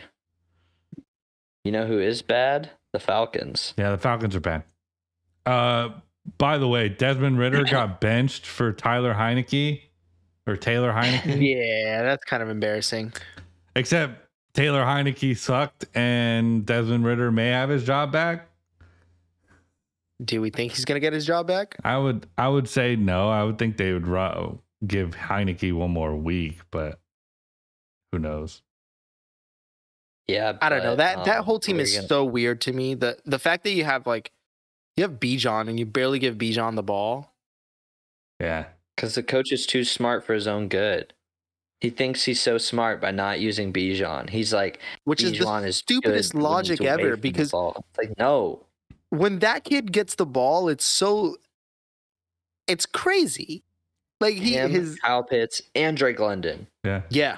C: You know who is bad? The Falcons.
A: Yeah, the Falcons are bad. Uh by the way, Desmond Ritter got benched for Tyler Heineke or Taylor Heineke.
B: Yeah, that's kind of embarrassing.
A: Except Taylor Heineke sucked and Desmond Ritter may have his job back.
B: Do we think he's gonna get his job back?
A: I would I would say no. I would think they would ru- give Heineke one more week, but who knows?
C: Yeah.
B: I don't know.
C: but,
B: That that
C: um,
B: whole team
C: we're
B: is
C: gonna-
B: so weird to me. The the fact that you have like you have Bijan and you barely give Bijan the ball.
A: Yeah.
C: Because the coach is too smart for his own good. He thinks he's so smart by not using Bijan. He's like,
B: Which is the
C: Bijan is
B: stupidest
C: good when
B: logic
C: he's away
B: ever
C: from the
B: because-
C: ball." It's like no,
B: when that kid gets the ball, it's so it's crazy. Like he
C: him,
B: his
C: Kyle Pitts, and Drake London.
A: Yeah.
B: yeah.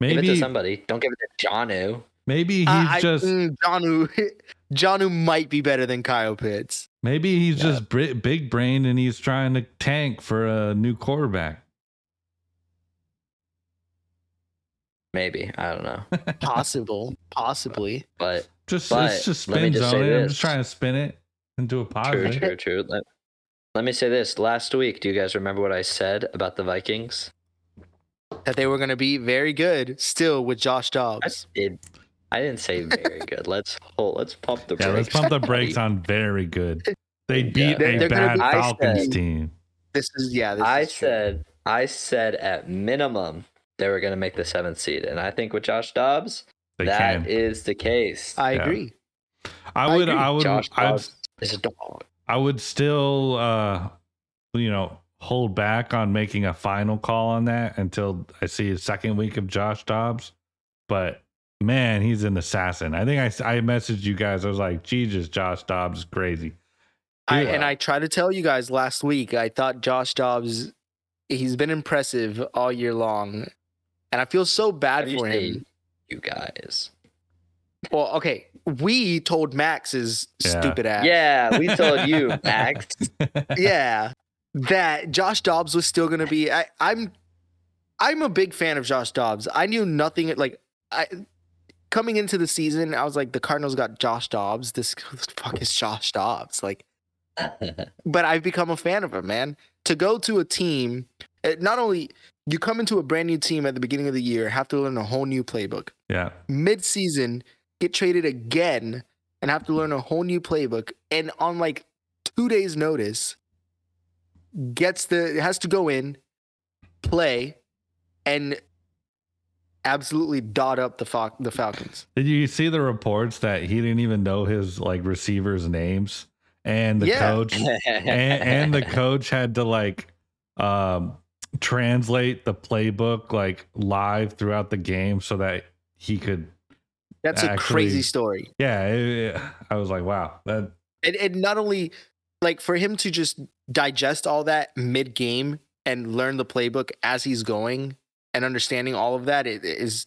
C: Give it to
A: Maybe
C: somebody. Don't give it to Janu.
A: maybe he's
B: I- I-
A: just
B: mm, Janu Janu might be better than Kyle Pitts.
A: maybe he's
C: Yeah.
A: just bri- big brained and he's trying to tank for a new quarterback.
C: Maybe I don't know,
B: Possible, possibly.
C: but
A: Just
C: But
A: it's just
C: let me
A: spin
C: just
A: zone.
C: say
A: it. I'm
C: this.
A: just trying to spin it into a
C: true,
A: positive.
C: true, true. Let, let me say this: last week, do you guys remember what I said about the Vikings?
B: That they were gonna be very good still with Josh
C: I
B: Dobbs.
C: did. I didn't say very good. Let's hold. Let's pump the
A: Yeah, let's
C: brakes.
A: pump the brakes on very good. They beat
C: Yeah.
A: a
B: They're gonna
A: bad
B: be-
C: I
A: Falcons
C: said-
A: team.
B: This is yeah, this
C: I
B: is true.
C: said, I said at minimum they were going to make the seventh seed, and I think with Josh Dobbs,
A: They
C: that is
A: can.
C: the case.
B: I
A: yeah.
B: agree.
A: I would.
B: agree.
A: I would.
C: Josh
A: I'd
C: Dobbs is a dog.
A: I would still, uh, you know, hold back on making a final call on that until I see a second week of Josh Dobbs. But man, he's an assassin. I think I, I messaged you guys. I was like, Jesus, Josh Dobbs is crazy.
B: I,
A: Yeah.
B: and I tried to tell you guys last week. I thought Josh Dobbs, he's been impressive all year long, and I feel so bad
C: What do you
B: for
C: say,
B: him.
C: You guys,
B: Well, okay. We told Max's
A: Yeah.
B: stupid ass.
C: Yeah, we told you, Max.
B: yeah. That Josh Dobbs was still going to be. I, I'm, I'm a big fan of Josh Dobbs. I knew nothing. Like I, coming into the season, I was like, the Cardinals got Josh Dobbs. This, who the fuck is Josh Dobbs? Like, but I've become a fan of him, man. To go to a team, eh, not only you come into a brand new team at the beginning of the year, have to learn a whole new playbook.
A: yeah.
B: Mid-season, get traded again, and have to learn a whole new playbook. And on like two days' notice, gets the has to go in, play, and absolutely dot up the Fal- the Falcons.
A: Did you see the reports that he didn't even know his like receivers' names and the
B: Yeah.
A: coach and, and the coach had to like um translate the playbook like live throughout the game so that he could
B: That's a
A: Actually-
B: crazy story.
A: yeah it- it- i was like wow that
B: and, and not only like for him to just digest all that mid game and learn the playbook as he's going and understanding all of that it, it is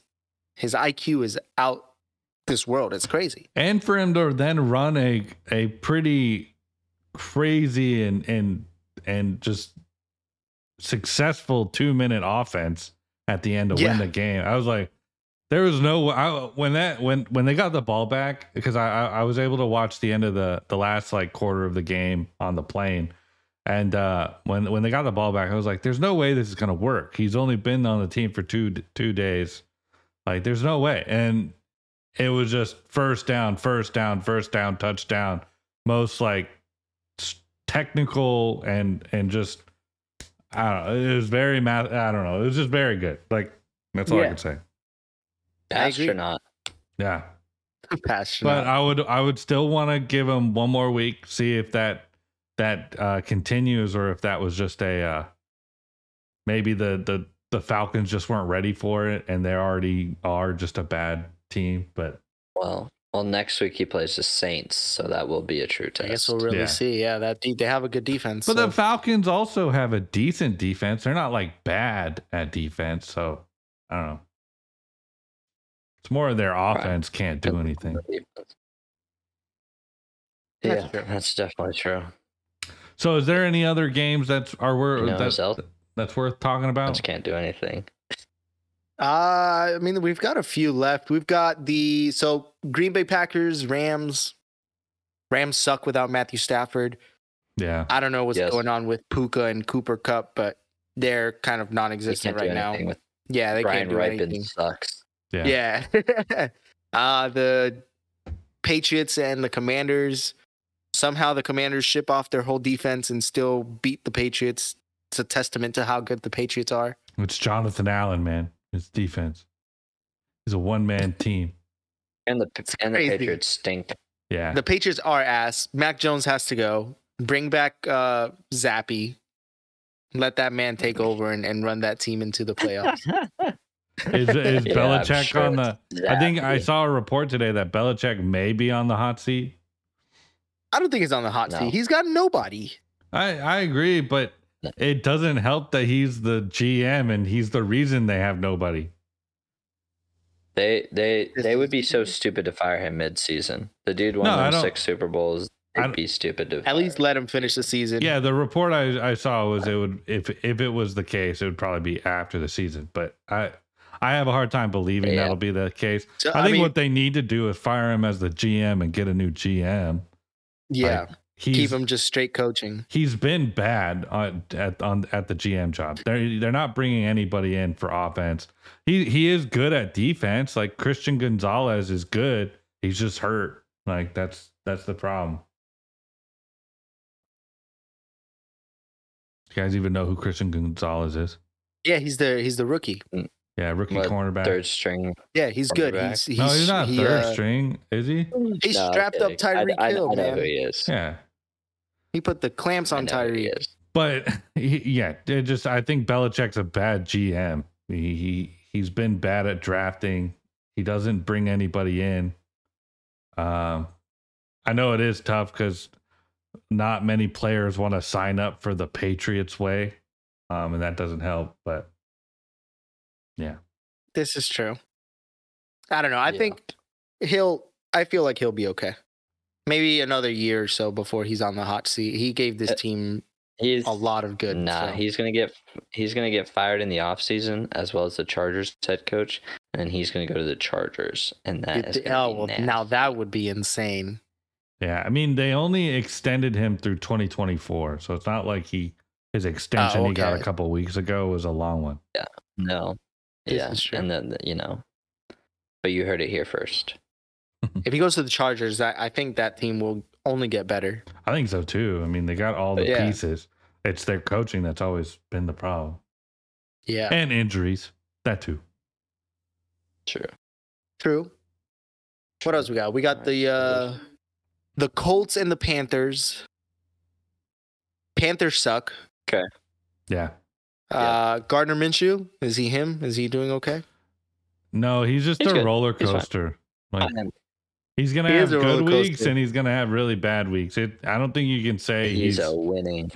B: his IQ is out this world. It's crazy.
A: and for him to then run a a pretty crazy and and and just successful two minute offense at the end to
B: Yeah.
A: win the game. I was like, there was no I, when that when when they got the ball back because I, I I was able to watch the end of the the last like quarter of the game on the plane. And uh, when when they got the ball back, I was like, "There's no way this is gonna work." He's only been on the team for two two days, like there's no way. And it was just first down, first down, first down, touchdown. Most like s- technical and and just I don't know. It was very math. I don't know. It was just very good. Like that's all I
C: Yeah.
A: can say.
B: I agree.
C: Astronaut.
A: Yeah, but
B: Passionate.
A: I would I would still want to give him one more week, see if that that uh, continues or if that was just a uh, maybe the the the Falcons just weren't ready for it and they already are just a bad team. But
C: Well, well, next week he plays the Saints, so that will be a true
B: I
C: test.
B: guess we'll really
A: Yeah.
B: see. Yeah, that de- they have a good defense.
A: uh, But
B: so-
A: the Falcons also have a decent defense. They're not like bad at defense, so I don't know. It's more their offense can't do anything.
C: Yeah,
B: That's true.
C: that's,
B: Oh.
C: definitely true.
A: So, is there any other games that's are worth
C: You know,
A: that's,
C: Zell-
A: that's worth talking about?
C: Just can't do anything.
B: Uh, I mean, we've got a few left. We've got the so Green Bay Packers, Rams. Rams suck without Matthew Stafford.
A: Yeah,
B: I don't know what's
C: Yes.
B: going on with Puka and Cooper Cup, but they're kind of
C: They
B: non-existent
C: can't
B: right
C: do
B: now.
C: anything with
B: Yeah, they
C: Brian
B: can't do
C: Ripon
B: anything.
C: sucks.
A: yeah,
B: Yeah. uh, the Patriots and the Commanders. Somehow the Commanders ship off their whole defense and still beat the Patriots. It's a testament to how good the Patriots are.
A: It's Jonathan Allen, man. It's defense. He's a one man team.
C: And the and the
B: crazy.
C: Patriots stink.
A: Yeah,
B: The Patriots are ass. Mac Jones has to go. Bring back uh, Zappy. Let that man take over and, and run that team into the playoffs.
A: is is
C: Yeah, I'm
A: Belichick
C: sure
A: on
C: it's
A: the? I think I
C: Zappy.
A: saw a report today that Belichick may be on the hot seat.
B: I don't think he's on the hot
C: No.
B: seat. He's got nobody.
A: I I agree, but
C: No.
A: it doesn't help that he's the GM and he's the reason they have nobody.
C: They they
B: This
C: they
B: is-
C: would be so stupid to fire him mid-season. The dude won
A: No, I
C: them
A: don't-
C: six Super Bowls.
A: I
C: It'd
A: don't-
C: be stupid to.
B: At least let him finish the season.
A: Yeah, the report I, I saw was it would if if it was the case, it would probably be after the season. But I I have a hard time believing
C: Yeah.
A: that'll be the case.
B: So,
A: I, think what they need to do is fire him as the GM and get a new GM.
B: yeah.
A: He's
B: keep him just straight coaching.
A: he's been bad on, at on at the GM job. They're they're not bringing anybody in for offense. He he is good at defense. Like Christian Gonzalez is good. He's just hurt. Like that's that's the problem. You guys even know who Christian Gonzalez is?
B: Yeah, he's the he's the rookie.
A: Yeah, rookie
C: What,
A: cornerback.
C: Third string.
B: Yeah, he's good. He's, he's
A: no, he's not
B: he,
A: third
B: uh,
A: string, is he?
B: He
C: No, I'm
B: strapped up
C: kidding. I-
B: Tyreek
C: I,
B: Hill,
C: I, know
B: man.
C: who he is.
A: Yeah.
B: He put the clamps
C: I
B: on
C: know who he
B: Tyreek.
C: is.
A: But he, yeah, it just I think Belichick's a bad GM. He, he he's been bad at drafting. He doesn't bring anybody in. Um, I know it is tough because not many players want to sign up for the Patriots way, um, and that doesn't help. But
B: This is true. I don't know. I
C: Yeah.
B: think he'll I feel like he'll be okay. Maybe another year or so before he's on the hot seat. He gave this
C: Uh,
B: team
C: He's
B: a lot of good.
C: Nah,
B: so.
C: he's gonna get he's gonna get fired in the offseason as well as the Chargers head coach, and then he's gonna go to the Chargers, and that
B: It-
C: is gonna
B: oh
C: be
B: well,
C: nasty.
B: now that would be insane.
A: Yeah, I mean they only extended him through 2024, so it's not like he his extension he got a
B: okay.
A: couple weeks ago was a long one.
C: no,
B: This
C: yeah,
B: is true.
C: and then you know, but you heard it here first.
B: If he goes to the Chargers, I, I think that team will only get better.
A: I think so too. I mean they got all the
B: Yeah.
A: pieces. It's their coaching that's always been the problem,
B: Yeah,
A: and injuries that too.
C: True.
B: true. What else we got? We got the uh the Colts and the Panthers. Panthers suck.
A: Yeah.
B: Uh Gardner Minshew, is he him? Is he doing okay?
A: No, he's just
C: He's
A: a
C: good.
A: roller
C: He's fine.
A: coaster. Like
C: Um,
A: he's gonna
B: He
A: have
B: is a roller
A: good weeks
B: coaster.
A: and he's gonna have really bad weeks. It I don't think you can say
C: he's
A: he's
C: a winning.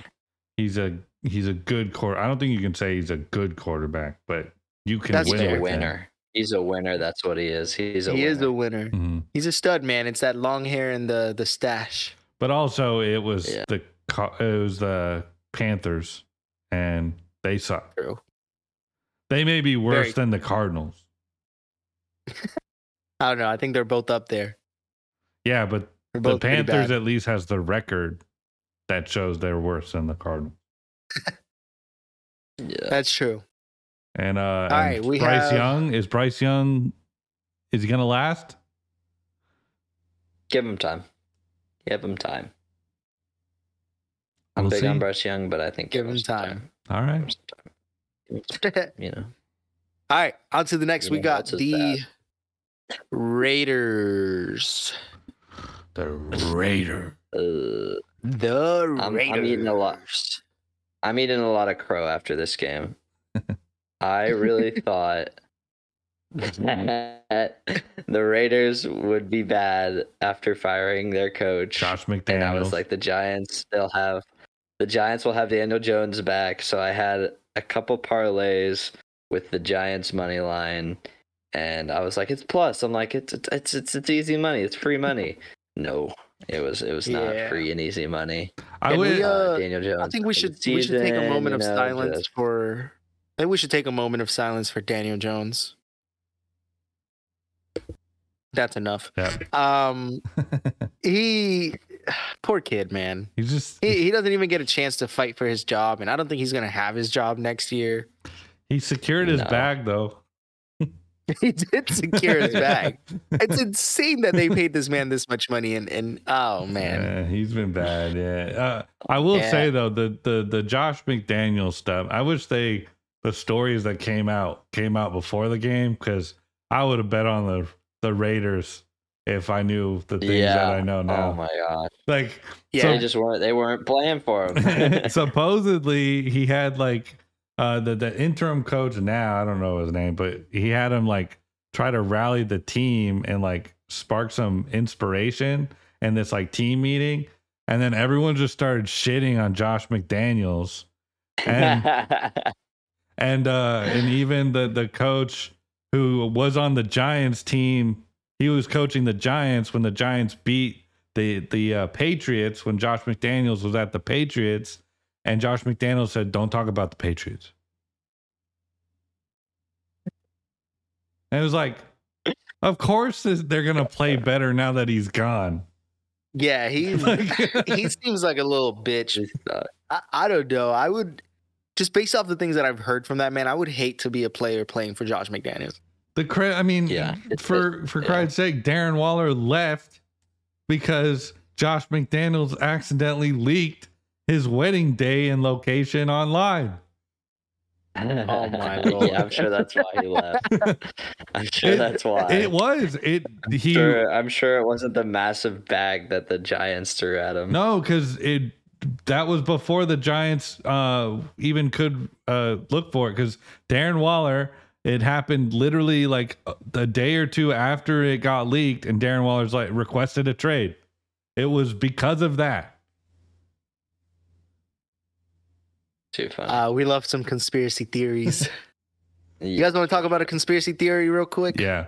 A: he's a he's a good quarter. I don't think you can say he's a good quarterback, but you can
B: That's
A: win
C: He's
B: fair.
A: with
C: a
A: him.
C: winner. He's a winner. That's what he is. He's a
B: he
C: winner.
B: is a winner.
A: Mhm.
B: He's a stud, man. It's that long hair and the the stash.
A: But also, it was
C: Yeah.
A: the Co- it was the Panthers, and they suck.
B: True.
A: They may be worse
B: Very-
A: than the Cardinals.
B: I don't know. I think they're both up there.
A: Yeah, but
B: They're
A: the
B: both pretty
A: Panthers
B: bad.
A: at least has the record that shows they're worse than the Cardinals.
C: yeah.
B: That's true.
A: And uh, and
B: right, we
A: Bryce
B: have-
A: Young is Bryce Young. Is he gonna last?
C: Give him time. Give him time. I'm
A: We'll
C: big
A: see.
C: on Bryce Young, but I think
B: Give him
C: some
B: time.
A: All
C: Give him
A: right.
C: some time. Give him some
B: All
C: time, You know.
B: right, on to the next. We
C: Yeah,
B: got
C: that's as
B: the Raiders.
A: The Raider.
C: Uh,
B: The
C: I'm,
B: Raiders.
C: I'm eating a lot. I'm eating a lot of crow after this game. I really thought that the Raiders would be bad after firing their coach,
A: Josh McDaniels.
C: and I was like, the Giants they'll have the Giants will have Daniel Jones back. So I had a couple parlays with the Giants money line, and I was like, it's plus. I'm like, it's it's it's it's easy money. It's free money. No, it was it was not
B: Yeah.
C: free and easy money.
A: I
B: Can
A: would.
B: we, uh,
C: Daniel Jones.
B: I think we
C: for the
B: should we should take a
C: season,
B: moment
C: you
B: of
C: know,
B: silence
C: just-
B: for. I think we should take a moment of silence for Daniel Jones. That's enough.
A: yeah.
B: Um, he, poor kid, man.
A: He's just
B: He, he doesn't even get a chance to fight for his job, and I don't think he's gonna have his job next year.
A: he secured his
C: No.
A: bag though.
B: he did secure his bag. It's insane that they paid this man this much money, and and oh man,
A: Yeah, he's been bad. Yeah. Uh, I will
B: Yeah.
A: say though, the the the Josh McDaniel stuff. I wish they the stories that came out came out before the game because I would have bet on the the Raiders if I knew the things that
C: Yeah.
A: I know
C: Oh
A: now.
C: my god!
A: like
B: yeah,
C: they just weren't. They weren't playing for him.
A: supposedly he had like uh the the interim coach now I don't know his name, but he had him like try to rally the team and like spark some inspiration in this like team meeting. And then everyone just started shitting on Josh McDaniels. And and uh and even the the coach who was on the Giants team, he was coaching the Giants when the Giants beat the the uh, Patriots when Josh McDaniels was at the Patriots, and Josh McDaniels said, "Don't talk about the Patriots." And it was like, of course this- they're gonna play better now that he's gone.
B: yeah, he
A: Like-
B: he seems like a little bitch.
C: Just, uh,
B: I, I don't know. I would just based off the things that I've heard from that man, I would hate to be a player playing for Josh McDaniels.
A: The cra- I mean,
C: Yeah.
A: for for
C: Yeah.
A: Christ's sake, Darren Waller left because Josh McDaniels accidentally leaked his wedding day and location online.
B: Oh my lord.
C: yeah, I'm sure that's why he left. I'm sure
A: It-
C: that's why.
A: It was it he
C: Sure, I'm sure it wasn't the massive bag that the Giants threw at him.
A: no because it that was before the Giants uh even could uh look for it because Darren Waller it happened literally like a day or two after it got leaked and Darren Waller's like requested a trade. It was because of that.
C: Too fun.
B: Uh, we love some conspiracy theories.
C: Yeah.
B: You guys want to talk about a conspiracy theory real quick?
A: Yeah.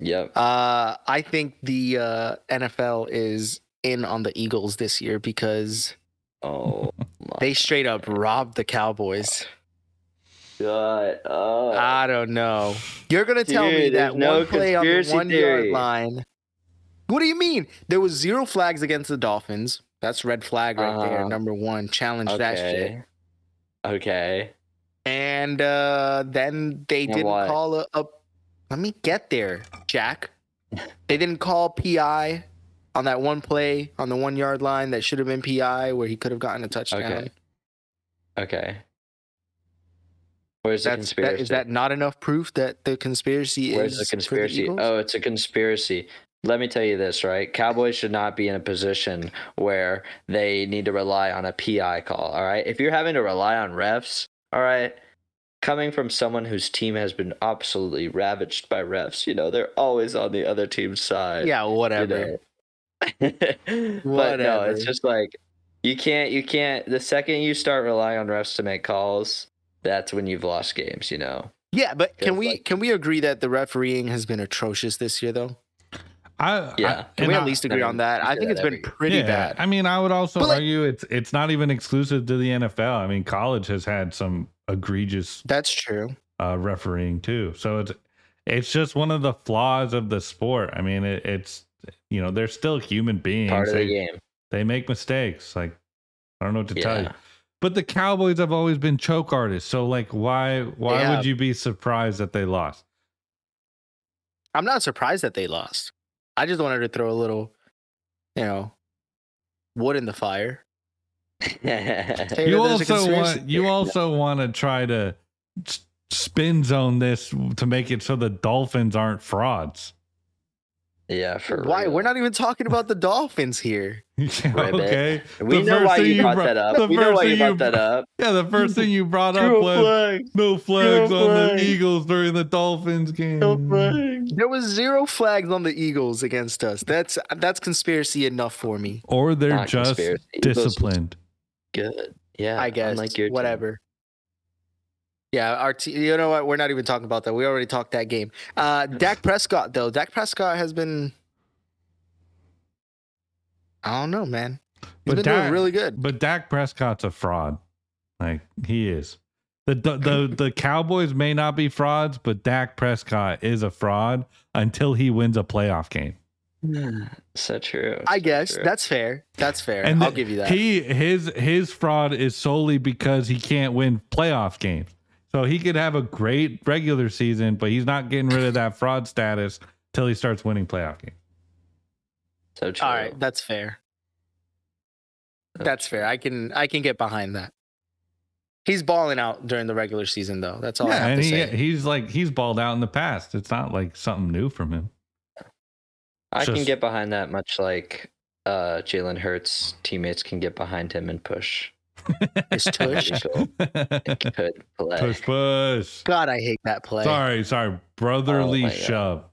C: Yep.
B: Uh, I think the uh, NFL is in on the Eagles this year because
C: Oh
B: they straight up robbed the Cowboys.
C: god. Oh.
B: I don't know. You're gonna tell me
C: Dude,
B: that
C: there's no
B: one play on the
C: conspiracy
B: one
C: theory.
B: yard line. What do you mean? There was zero flags against the Dolphins. That's red flag right there.
C: Uh-huh.
B: Number one, challenge that shit.
C: okay. Okay.
B: And uh, then they
C: And
B: didn't
C: what?
B: call a, a. Let me get there, Jack. They didn't call PI on that one play on the one yard line that should have been PI where he could have gotten a touchdown.
C: Okay. Okay. Where's the
B: That's
C: conspiracy?
B: that. Is that not enough proof that the conspiracy
C: Where's
B: is
C: the
B: for
C: conspiracy?
B: Eagles?
C: oh, it's a conspiracy. Let me tell you this, right? Cowboys should not be in a position where they need to rely on a PI call, all right? If you're having to rely on refs, all right? Coming from someone whose team has been absolutely ravaged by refs, you know, they're always on the other team's side.
B: yeah,
C: you
B: whatever.
C: know. but no,
B: Whatever.
C: it's just like you can't you can't the second you start relying on refs to make calls, that's when you've lost games, you know.
B: Yeah, but can
C: Because,
B: we
C: like-
B: can we agree that the refereeing has been atrocious this year though?
A: I
C: Yeah.
A: I,
B: Can
A: and
B: we at
A: I-
B: least agree
C: I
B: on
C: mean,
B: that?
C: we
B: I
C: do
B: think
C: that
B: it's been
C: every year.
B: pretty
A: yeah.
B: bad.
A: I mean, I would also
B: But, like-
A: argue it's it's not even exclusive to the NFL. I mean, college has had some egregious
B: That's true.
A: uh, refereeing too. So it's it's just one of the flaws of the sport. I mean, it, it's you know they're still human beings.
C: Part of
A: they,
C: the game.
A: they make mistakes. Like I don't know what to tell you.
C: Yeah.
A: But the Cowboys have always been choke artists. So like why why
B: Yeah.
A: would you be surprised that they lost?
B: I'm not surprised that they lost. I just wanted to throw a little, you know, wood in the fire. Hey,
A: you
B: there's a
A: also
B: conspiracy
A: want you
B: theory.
A: also want to try to s- spin zone this to make it so the Dolphins aren't frauds.
C: yeah, for
B: Why?
C: real.
B: We're not even talking about the Dolphins here.
A: okay.
C: We
A: The
C: know
A: first
C: why
A: thing
C: you brought
A: brought-
C: that
A: the
C: up. We know
A: first
C: why you
A: thing
C: brought that
A: br-
C: up.
A: Yeah, the first thing you brought up
C: Throw
A: was
C: flag.
A: no flags
C: Throw
A: on
C: flag.
A: the Eagles during the Dolphins game.
C: throw flag.
B: There was zero flags on the Eagles against us. That's that's conspiracy enough for me.
A: Or they're
C: Not
A: just
C: conspiracy. Eagles was
A: disciplined.
C: Good. Yeah.
B: I guess.
C: Like your team.
B: whatever. Yeah, our te- you know what? We're not even talking about that. We already talked that game. Uh, Dak Prescott though. Dak Prescott has been. I don't know, man. He's
A: But
B: been
A: Dak-
B: doing really good.
A: But Dak Prescott's a fraud. Like he is. The, the the the Cowboys may not be frauds, but Dak Prescott is a fraud until he wins a playoff game.
C: So true.
B: I
C: so
B: guess
C: true.
B: that's fair. That's fair.
A: And
B: I'll
A: the-
B: give you that.
A: He his his fraud is solely because he can't win playoff games. So he could have a great regular season, but he's not getting rid of that fraud status till he starts winning playoff games.
C: so true.
B: All right, that's fair.
C: So
B: That's fair. I can I can get behind that. He's balling out during the regular season though. That's all I
A: yeah,
B: have
A: and
B: to
A: he,
B: say.
A: he's like he's balled out in the past. It's not like something new from him.
C: I can
A: Just-
C: get behind that much like uh Jalen Hurts teammates can get behind him and push.
B: His tush.
C: Cool. Could play.
A: push push.
B: God, I hate that play.
A: Sorry, sorry. Brotherly
C: Oh my God.
A: shove.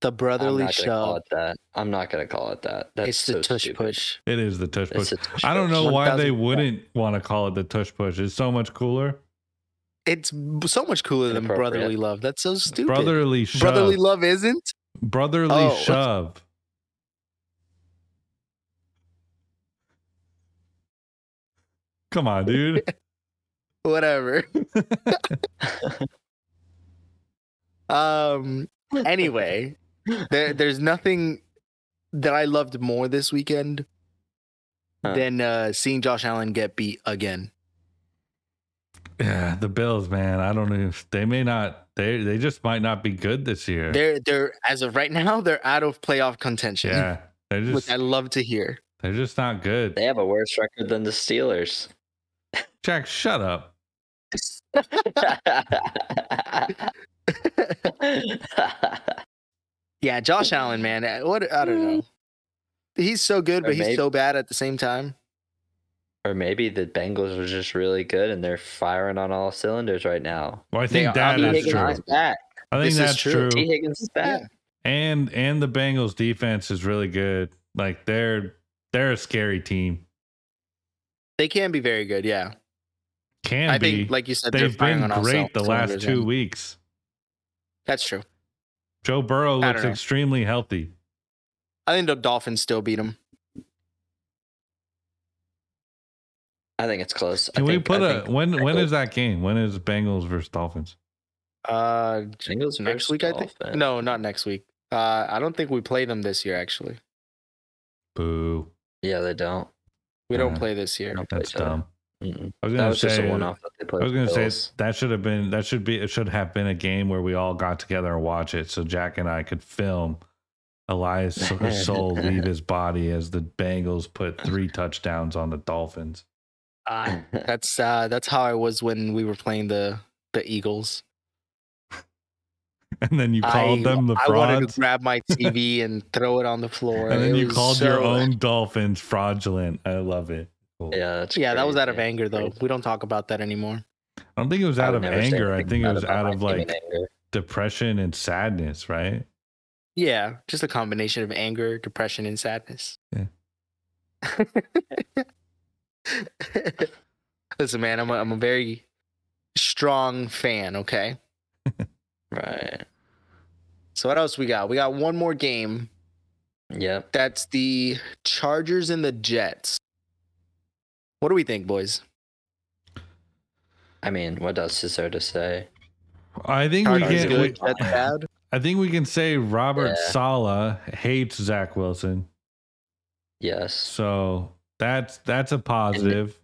B: The
C: I'm
B: brotherly
C: not gonna call
B: shove.
C: it that. I'm not gonna call it that. That's
B: It's
C: so
B: the tush
C: stupid.
B: push.
A: It is the tush
C: It's
A: push.
C: a tush
A: I don't
C: push.
A: know why they
B: 1000%.
A: wouldn't want to call it the tush push. It's so much cooler.
B: It's b- so much cooler than
C: Inappropriate.
B: brotherly love. That's so stupid.
A: Brotherly shove.
B: brotherly love isn't.
A: Brotherly
B: Oh, what's-
A: shove. Come on, dude.
B: Whatever. um. Anyway, there, there's nothing that I loved more this weekend
C: Huh.
B: than uh, seeing Josh Allen get beat again.
A: yeah, the Bills, man. I don't know. If, they may not. They they just might not be good this year.
B: They're they're as of right now they're out of playoff contention,
A: yeah, they're
B: which
A: just
B: I love to hear.
A: they're just not good.
C: They have a worse record than the Steelers.
A: Jack, shut up.
B: Yeah, Josh Allen, man. uh, What I don't
A: Mm.
B: know. He's so good,
C: Or
B: but he's
C: maybe-
B: so bad at the same time.
C: or maybe the Bengals are just really good and they're firing on all cylinders right now.
A: Well, I
B: They
A: think
B: are- I
A: that
B: mean,
A: is
B: they
A: true.
B: can-
C: is back.
A: I think
B: This is
A: that's
B: true.
A: true.
C: T. Higgins is back.
A: and and the Bengals defense is really good. Like they're they're a scary team.
B: They can be very good. Yeah,
A: Can
B: I
A: be.
B: think, like you said, they're
A: They've
B: firing
A: been
B: on all
A: great the
B: cylinders,
A: last two
B: and-
A: weeks.
B: That's true.
A: Joe Burrow
B: don't
A: looks
B: know.
A: extremely healthy.
B: I think the Dolphins still beat them.
C: I think it's close.
A: Can
C: I
A: we
C: think,
A: put
C: I
A: a
C: think
A: when? When
C: Bengals-
A: is that game? When is Bengals versus Dolphins?
B: Uh,
C: Bengals
B: next
C: versus
B: week, I think.
C: Dolphins.
B: No, not next week. Uh, I don't think we play them this year. Actually,
A: Boo,
C: Yeah, they don't.
B: we don't
A: Uh,
B: play this year.
C: No. Play
A: that's
C: each other.
A: dumb.
C: Mm-mm.
A: I was
C: That
A: gonna
C: was just a
A: say.
C: one-off that they played.
A: I was
C: with
A: gonna
C: the
A: say
C: Bills.
A: that should have been that should be it should have been a game where we all got together and watch it so Jack and I could film Elias Soul leave his body as the Bengals put three touchdowns on the Dolphins.
B: Uh, that's uh, that's how I was when we were playing the the Eagles.
A: And then you
B: I-
A: called them the
B: I wanted
A: frauds.
B: to grab my TV and throw it on the floor.
A: And then
B: It
A: you
B: was
A: called your
B: so-
A: own Dolphins fraudulent. I love it. Cool.
C: yeah, that's
B: Yeah, that was out of
C: crazy.
B: anger though.
C: Crazy.
B: We don't talk about that anymore.
A: I don't think it was
C: I
A: out
C: would
A: of
C: never say
A: anger. I
C: anything
A: think it
C: bad
A: was
C: about
A: out
C: my
A: of
C: team in
A: like
C: anger.
A: depression and sadness, right?
B: Yeah, just a combination of anger, depression, and sadness.
A: Yeah.
B: Listen, man, I'm a, I'm a very strong fan. Okay,
C: right.
B: so what else we got? We got one more game.
C: Yep.
B: That's the Chargers and the Jets. What do we think, boys?
C: I mean, what else is there to say?
A: I think we
B: Chargers
A: can. We,
B: good, Jets bad.
A: I think we can say Robert
C: Yeah.
A: Sala hates Zach Wilson.
C: Yes.
A: So that's that's a positive.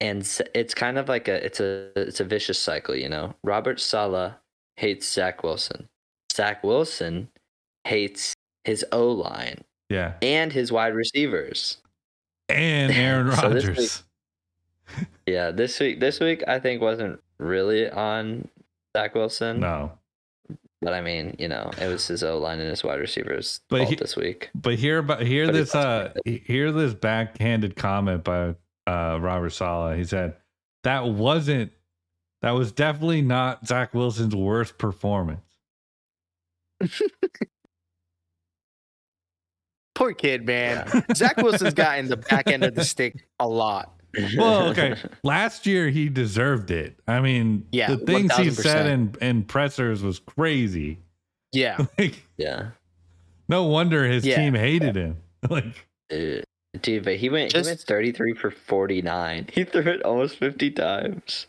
C: and s- it's kind of like a it's a it's a vicious cycle, you know. Robert Sala hates Zach Wilson. Zach Wilson hates his O line
A: Yeah.
C: and his wide receivers.
A: And Aaron
C: So this
A: Rodgers.
C: Yeah, this week this week I think wasn't really on Zach Wilson,
A: no.
C: but I mean, you know, it was his O line and his wide receivers
A: But
C: fault
A: he-
C: this week.
A: But hear about hear
C: But he
A: this
C: lost
A: uh he- hear this backhanded comment by uh Robert Sala. He said that wasn't that was definitely not Zach Wilson's worst performance.
B: Poor kid, man. Zach Wilson's gotten the back end of the stick a lot.
A: Well, okay. Last year he deserved it. I mean,
B: Yeah,
A: the things he said
B: 1000%.
A: in in pressers was crazy.
B: Yeah.
A: Like
C: yeah.
A: no wonder his
B: Yeah.
A: team hated him. Like
C: Dude, Uh, dude, but he went
B: Just-
C: he went 33 for 49. He threw it almost 50 times.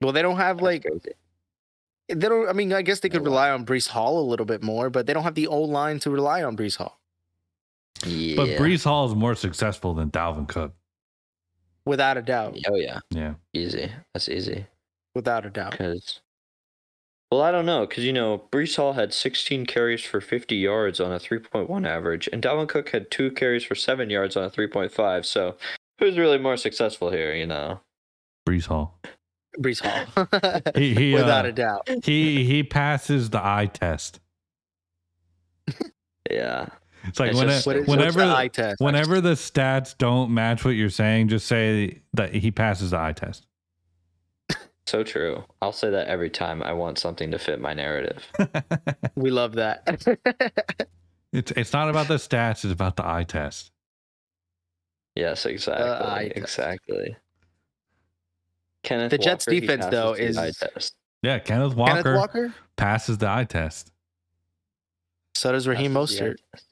B: Well, they don't have like they don't. I mean, I guess they could rely on Brees Hall a little bit more, but they don't have the old line to rely on Brees Hall
C: yeah.
A: But Brees Hall is more successful than Dalvin Cook.
B: without a doubt.
C: Oh yeah,
A: Yeah.
C: easy. That's easy.
B: Without a doubt.
C: Cause, well, I don't know, cause you know Brees Hall had 16 carries for 50 yards on a 3.1 average, and Dalvin Cook had two carries for seven yards on a 3.5. So, who's really more successful here? You know.
A: Brees Hall.
B: Brees Hall,
A: He he
B: without
A: uh,
B: a doubt.
A: he he passes the eye test.
C: Yeah.
A: It's like
C: It's
A: when
C: just-
B: What is, whenever
A: whenever
B: the eye test?
A: whenever the stats don't match what you're saying, just say that he passes the eye test.
C: So true. I'll say that every time I want something to fit my narrative.
B: we love that.
A: it's it's not about the stats, it's about the eye test.
C: Yes, exactly.
B: eye test.
C: exactly. Kenneth
B: The Jets'
C: Walker, he
B: defense, though,
C: passes the eye
B: is-
C: test.
A: Yeah, Kenneth Walker,
B: Kenneth Walker.
A: passes the eye test.
B: So does Raheem
C: Passes the eye
B: Mostert.
C: test.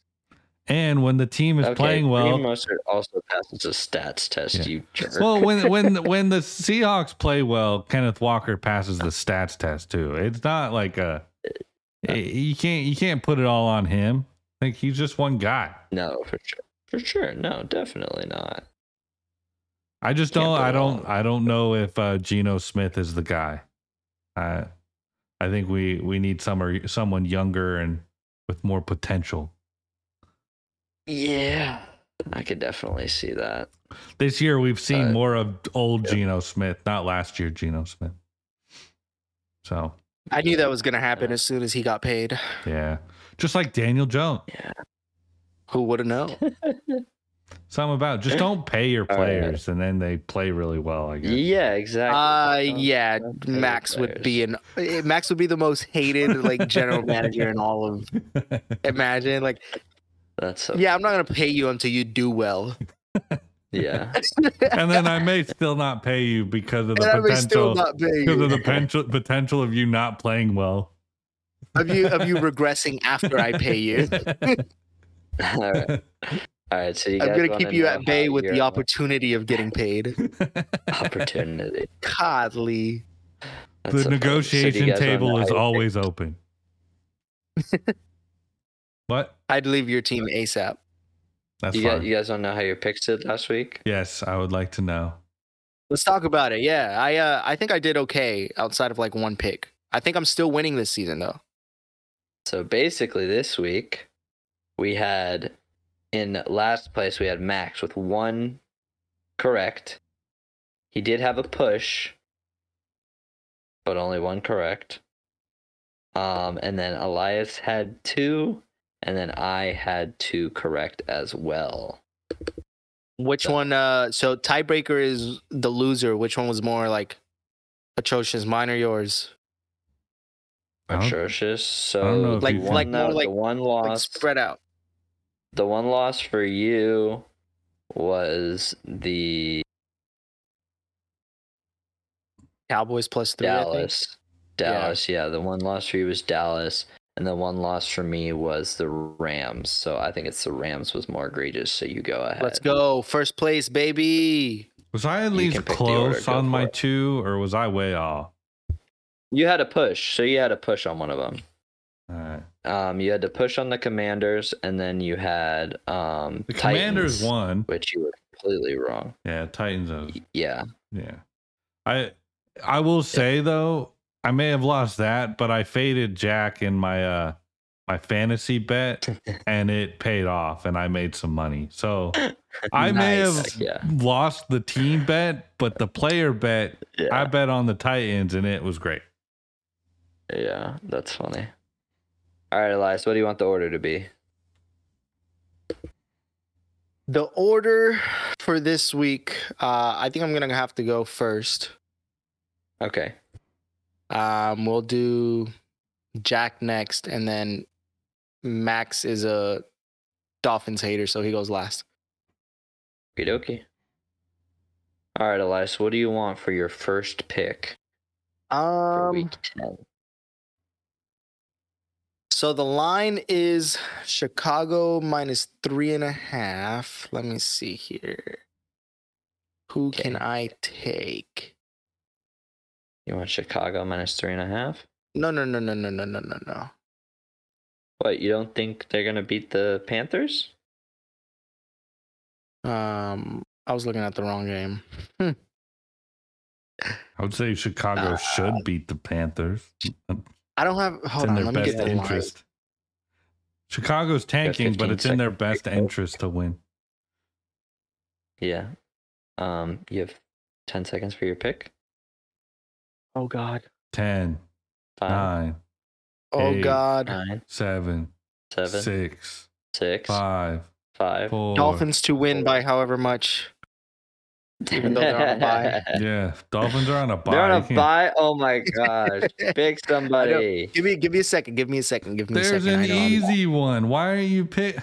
A: And when the team is playing well,
C: Raheem Mostert also passes a stats test.
A: Yeah.
C: You jerk.
A: well, when when when the Seahawks play well, Kenneth Walker passes the stats test too. It's not like a eh, you can't you can't put it all on him. Like he's just one guy.
C: no, for sure, for sure. No, definitely not.
A: I just
C: Can't
A: don't.
C: put
A: I
C: it
A: don't.
C: all-
A: I don't know if uh, Geno Smith is the guy. I I think we we need some someone younger and with more potential.
C: Yeah, I could definitely see that.
A: This year we've seen
C: Uh,
A: more of old
C: yeah.
A: Geno Smith, not last year Geno Smith. So
B: I knew that was going to happen as soon as he got paid.
A: yeah, just like Daniel Jones.
B: Who would have known?
A: Something about just don't pay your
C: All right.
A: players and then they play really well. I guess.
C: Yeah, exactly.
B: Uh,
C: Don't-
B: yeah,
C: don't pay
B: Max
C: your
B: would be an eh, Max would be the most hated like general manager in all of. Imagine like,
C: That's so, yeah.
B: yeah, I'm not gonna pay you until you do well.
A: and then I may still not pay you because of the
B: And I may
A: potential
B: still not pay
A: because
B: you.
A: of the potential potential of you not playing well.
B: of you of you regressing after I pay you.
C: All right. All right. So you
B: I'm
C: guys
B: gonna
C: wanna
B: keep you
C: know
B: at bay
C: how
B: with the
C: your
B: opportunity of getting paid.
C: opportunity.
B: Godly.
C: That's a
A: the
C: fun- so do you guys
A: negotiation
C: wanna know
A: table
C: how
A: is
C: you-
A: always open. what?
B: I'd leave your team ASAP.
A: That's
C: You
A: fine.
C: guys, you guys want to know how your picks did last week?
A: Yes, I would like to know.
B: Let's talk about it. Yeah, I uh, I think I did okay outside of like one pick. I think I'm still winning this season though.
C: So basically, this week we had in last place we had Max with one correct. He did have a push, but only one correct. Um, and then Elias had two, and then I had two correct as well.
B: Which one? Uh, so tiebreaker is the loser. Which one was more like atrocious? Mine or yours?
A: I don't-
C: Atrocious. So
A: I don't know if
B: Like-
A: you
C: one,
A: like
B: more
C: the
B: like-
C: one
B: Like
C: loss.
B: spread out.
C: the one loss for you was the
B: Cowboys plus three. I think.
C: Dallas. Dallas, yeah. The one loss for you was Dallas, and the one loss for me was the Rams. So I think it's the Rams was more egregious. So you go ahead.
B: Let's go. First place, baby.
A: Was I at
C: You
A: least
C: can pick the order,
A: close
C: go
A: on
C: for
A: my
C: it.
A: two, or was I way off?
C: You had a push, so you had a push on one of them.
A: All right.
C: Um, you had to push on the Commanders, and then you had um
A: The Commanders
C: Titans,
A: won.
C: which you were completely wrong.
A: Yeah, Titans. I was
C: Y- Yeah,
A: Yeah. I I will say though, I may have lost that, but I faded Jack in my uh my fantasy bet and it paid off and I made some money. So I may
B: Nice.
A: have
C: Heck yeah,
A: lost the team bet, but the player bet, I
C: yeah,
A: bet on the Titans and it was great.
C: yeah. That's funny. All right, Elias, what do you want the order to be?
B: The order for this week. Uh, I think I'm gonna have to go first.
C: Okay.
B: Um, we'll do Jack next, and then Max is a Dolphins hater, so he goes last.
C: Okie dokie. All right, Elias, what do you want for your first pick for
B: Um,
C: week 10?
B: So the line is Chicago minus three and a half. Let me see here. Who can
C: Okay.
B: I take?
C: You want Chicago minus three and a half?
B: No, no, no, no, no, no, no, no, no.
C: What, you don't think they're going to beat the Panthers?
B: Um, I was looking at the wrong game.
A: I would say Chicago should beat the Panthers. It's
B: I don't have. Uh, Hold
A: in
B: on,
A: their
B: let me
A: best
B: get the line.
A: interest. Chicago's tanking, but
C: 15
A: it's in their
C: seconds.
A: best interest to win.
C: Yeah. Um, you have 10 seconds for your pick.
B: Oh God.
A: 10,
C: Five,
A: 9,
B: Oh
A: Hey. uh,
B: God.
C: nine,
A: 7,
C: seven, six,
A: six,
C: five.
A: five, four.
B: Dolphins to win by however much. even though they're on a bye.
A: Yeah, Dolphins are on a bye.
C: They're on
A: You
C: a
A: can't-
C: bye? Oh my gosh. Pick somebody.
B: Give me, give me a second. Give me a second. Give me a
A: There's
B: second.
A: an
B: I know I'm-
A: easy one. Why are you pick?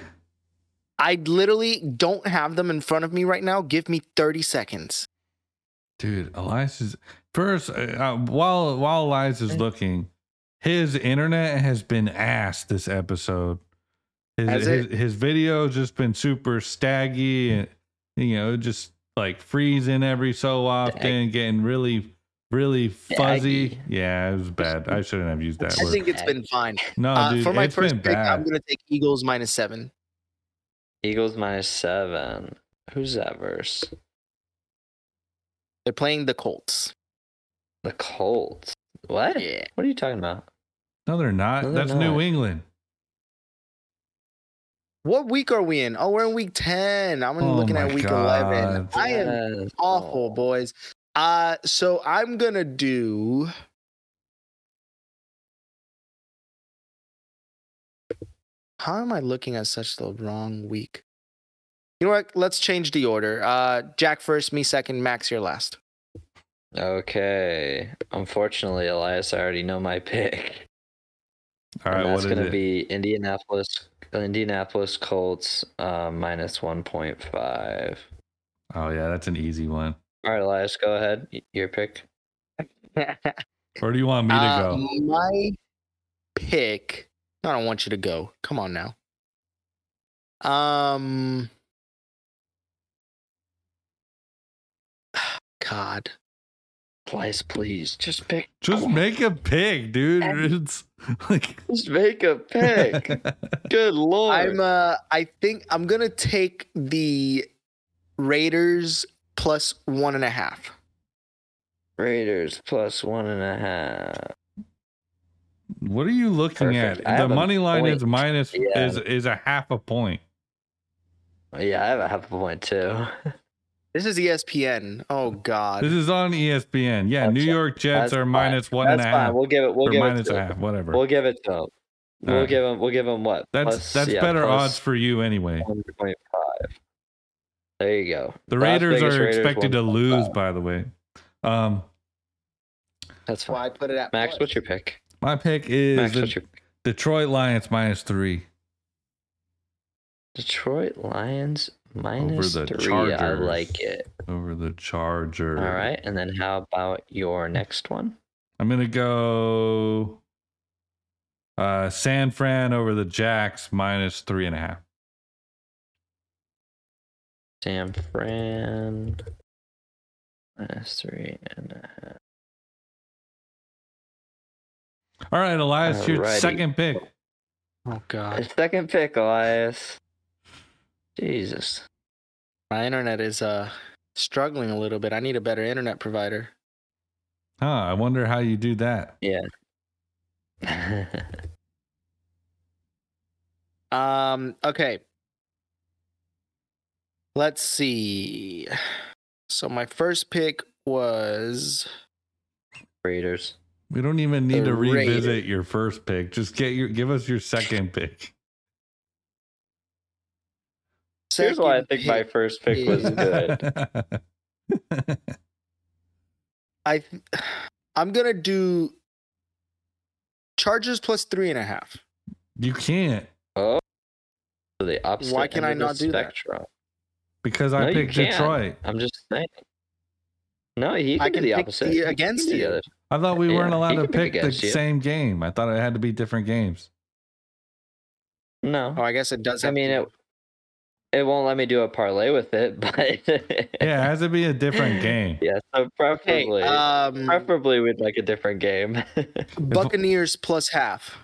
B: I literally don't have them in front of me right now. Give me thirty seconds.
A: Dude, Elias is first. Uh, uh, while while Elias is looking, his internet has been ass this episode. His
B: Has
A: his,
B: it?
A: his video just been super staggy and you know just like freezing every so often, getting really really fuzzy.
C: Staggy.
A: Yeah, it was bad. I shouldn't have used that
B: I
A: word.
B: think it's been fine.
A: no,
B: uh,
A: Oh, dude,
B: for my
A: it's
B: first
A: been
B: pick,
A: bad.
B: I'm gonna take Eagles minus seven.
C: Eagles minus seven. Who's that verse?
B: They're playing the Colts.
C: The Colts. What?
B: Yeah.
C: What are you talking about?
A: no, they're not.
C: No, they're
A: That's New
C: not.
A: England.
B: What week are we in? Oh, we're in week ten. I'm
A: Oh
B: looking
A: my
B: at week eleven.
A: God.
B: I am
C: Yes. Oh.
B: awful, boys. Uh so I'm gonna do. How am I looking at such the wrong week? You know what? Let's change the order. Uh, Jack first, me second, Max you're last.
C: Okay. Unfortunately, Elias, I already know my pick.
A: All right,
C: and
A: what
C: that's
A: is
C: going to
A: it?
C: be Indianapolis uh, Indianapolis Colts uh, minus 1.5.
A: Oh yeah, that's an easy one.
C: All right, Elias, go ahead. Y- Your pick. Um,
A: Or do you want me to
B: Uh,
A: go?
B: My pick. I don't want you to go. Come on now. Um. God.
C: Elias, please just pick.
A: Just make a pig, dude.
C: And-
A: It's like
C: Just make a pick. Good lord.
B: I'm uh I think I'm gonna take the Raiders plus one and a half.
C: Raiders plus one and a half.
A: what are you looking
C: Perfect. I
A: at? The
C: have a
A: money line is
C: point.
A: minus
C: Yeah.
A: is is a half a point.
C: Yeah, I have a half a point too.
B: This is E ESPN. Oh
A: This
B: god.
A: is on E ESPN. Yeah,
C: That's
A: New
C: fine.
A: York Jets
C: That's
A: are
C: fine.
A: minus one and
C: That's
A: a half.
C: fine. We'll give it. We'll
A: or
C: give it.
A: minus
C: To
A: a
C: him.
A: half, whatever.
C: We'll give it to him. We'll
A: Alright.
C: give him. We'll give him what?
A: that's
C: Plus-
A: that's
C: yeah,
A: better
C: plus
A: odds for you anyway.
C: 1.5. There you go.
A: The
C: Las
A: Raiders
C: Vegas
A: are expected to
C: 1.5.
A: lose, by the way. Um,
C: That's
B: That's why
C: fine.
B: I put it at
C: Max,
B: plus.
C: what's your pick?
A: my pick is
C: Max,
A: the
C: what's your
A: Detroit Lions minus three
C: Detroit Lions minus
A: the
C: three. I
A: Chargers.
C: like it.
A: over the Chargers.
C: All right, and then how about your next one?
A: I'm gonna go uh, San Fran over the Jacks minus three and a half.
C: San Fran minus three and a half.
A: All right, Elias, your
C: Alrighty.
A: second pick.
B: Oh god.
C: The second pick, Elias. Jesus.
B: My internet is uh struggling a little bit. I need a better internet provider.
A: Huh? I wonder how you do that.
B: Um okay. Let's see. So my first pick was
C: Raiders.
A: We don't even need
B: The
A: to revisit
B: Raiders.
A: your first pick. Just get your give us your second pick.
C: Here's why I
B: second
C: think my
B: pick-
C: first pick was
B: is-
C: good.
B: I th- I'm gonna do Chargers plus three and a half.
A: you can't
C: Oh, to the opposite.
B: Why can
C: end
B: I
C: of the
B: not do that?
C: spectrum.
A: because
C: No,
A: I
C: you
A: picked
C: can't.
A: Detroit.
C: I'm just saying. No, he
B: I
C: can, do
B: can
C: the
B: pick
C: opposite.
B: the-
C: He can
B: against
C: do the
B: you.
C: other.
A: I thought we
C: Yeah,
A: weren't
C: you
A: allowed to
C: can
A: pick
C: pick
A: the
C: against you.
A: same game. I thought it had to be different games.
C: No,
B: Oh, I guess it does.
C: I
B: have
C: mean
B: to-
C: it. It won't let me do a parlay with it, but
A: Yeah, it has to be a different game.
C: yeah. So
B: Hey,
C: preferably,
B: um,
C: preferably we'd like a different game.
B: Buccaneers plus half.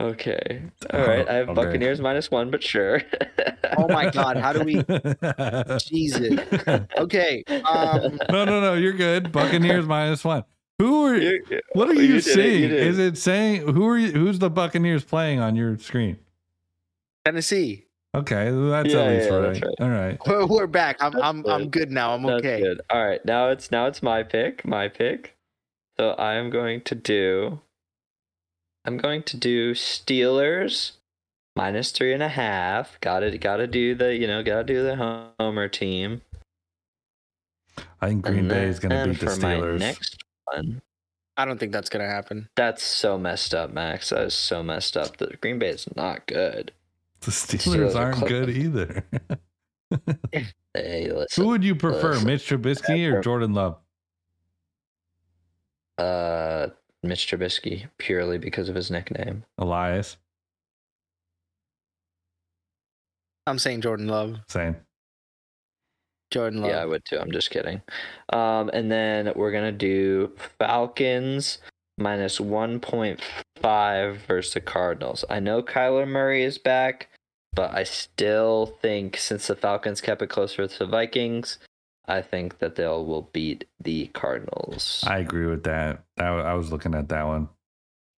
C: okay, all right. I have
A: Okay.
C: Buccaneers minus one, but sure.
B: Oh my God, how do we?
A: no,
B: Jesus. Okay. Um,
A: no, no. You're good. Buccaneers minus one. Who are?
C: You-
A: what are
C: you
A: you,
C: did it, you
A: seeing?
C: did it.
A: Is it saying who are? You, who's the Buccaneers playing on your screen?
B: Tennessee.
A: Okay, that's
C: Yeah,
A: at least
C: yeah,
A: right.
C: that's right.
A: All right.
B: We're, we're back. I'm
C: That's
B: I'm I'm
C: good.
B: good now. I'm
C: That's
B: okay.
C: good. All right, now it's now it's my pick. My pick. So I am going to do. I'm going to do Steelers minus three and a half. Got to Got to do the you know. Got to do the homer team.
A: I think Green
C: And
A: Bay is going
C: then
A: to beat the
C: for my
A: Steelers.
C: next one.
B: I don't think that's gonna happen.
C: That's so messed up, Max. That is so messed up. The Green Bay is not good.
A: the Steelers,
C: Steelers are
A: aren't
C: close.
A: good either.
C: Hey,
A: who
C: listen.
A: would you prefer,
C: listen.
A: Mitch Trubisky or Jordan Love?
C: Uh, Mitch Trubisky purely because of his nickname.
A: Elias,
B: I'm saying Jordan Love.
A: same.
B: Jordan Love.
C: Yeah, I would too. I'm just kidding. Um, and then we're gonna do Falcons minus one point five versus the Cardinals. I know Kyler Murray is back, but I still think since the Falcons kept it closer to the Vikings, I think that they'll will beat the Cardinals.
A: I agree with that. I, w- I was looking at that one.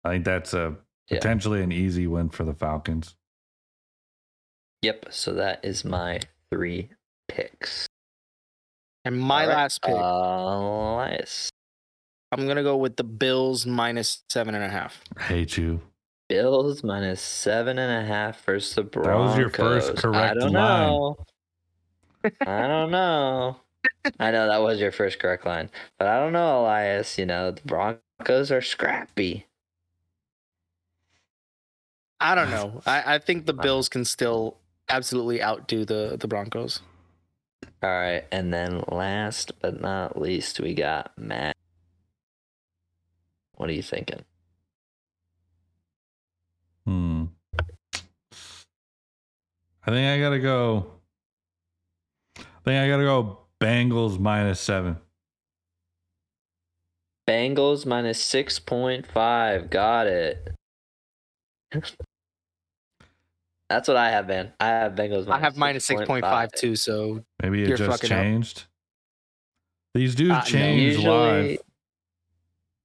A: I think that's a
C: Yeah.
A: potentially an easy win for the Falcons.
C: Yep. So that is my three picks.
B: and my
C: All right. uh,
B: last pick.
C: Elias,
B: I'm gonna go with the Bills minus seven and a half.
A: I hate you.
C: Bills minus seven and a half versus the Broncos.
A: That was your first
C: I
A: correct
C: don't
A: line.
C: know. I don't know. I know that was your first correct line, but I don't know, Elias. You know the Broncos are scrappy.
B: I don't know. I, I think the Bills can still absolutely outdo the the Broncos.
C: All right, and then last but not least, we got Matt. What are you thinking?
A: Hmm. I think I gotta go. I think I gotta go Bengals minus seven.
C: Bengals minus 6.5. Got it. That's what I have, man. I have Bengals.
B: I have minus six point five too. So
A: Maybe it
B: You're
A: just
B: fucking up.
A: changed. These dudes
B: Uh, no.
A: change live.
C: Usually,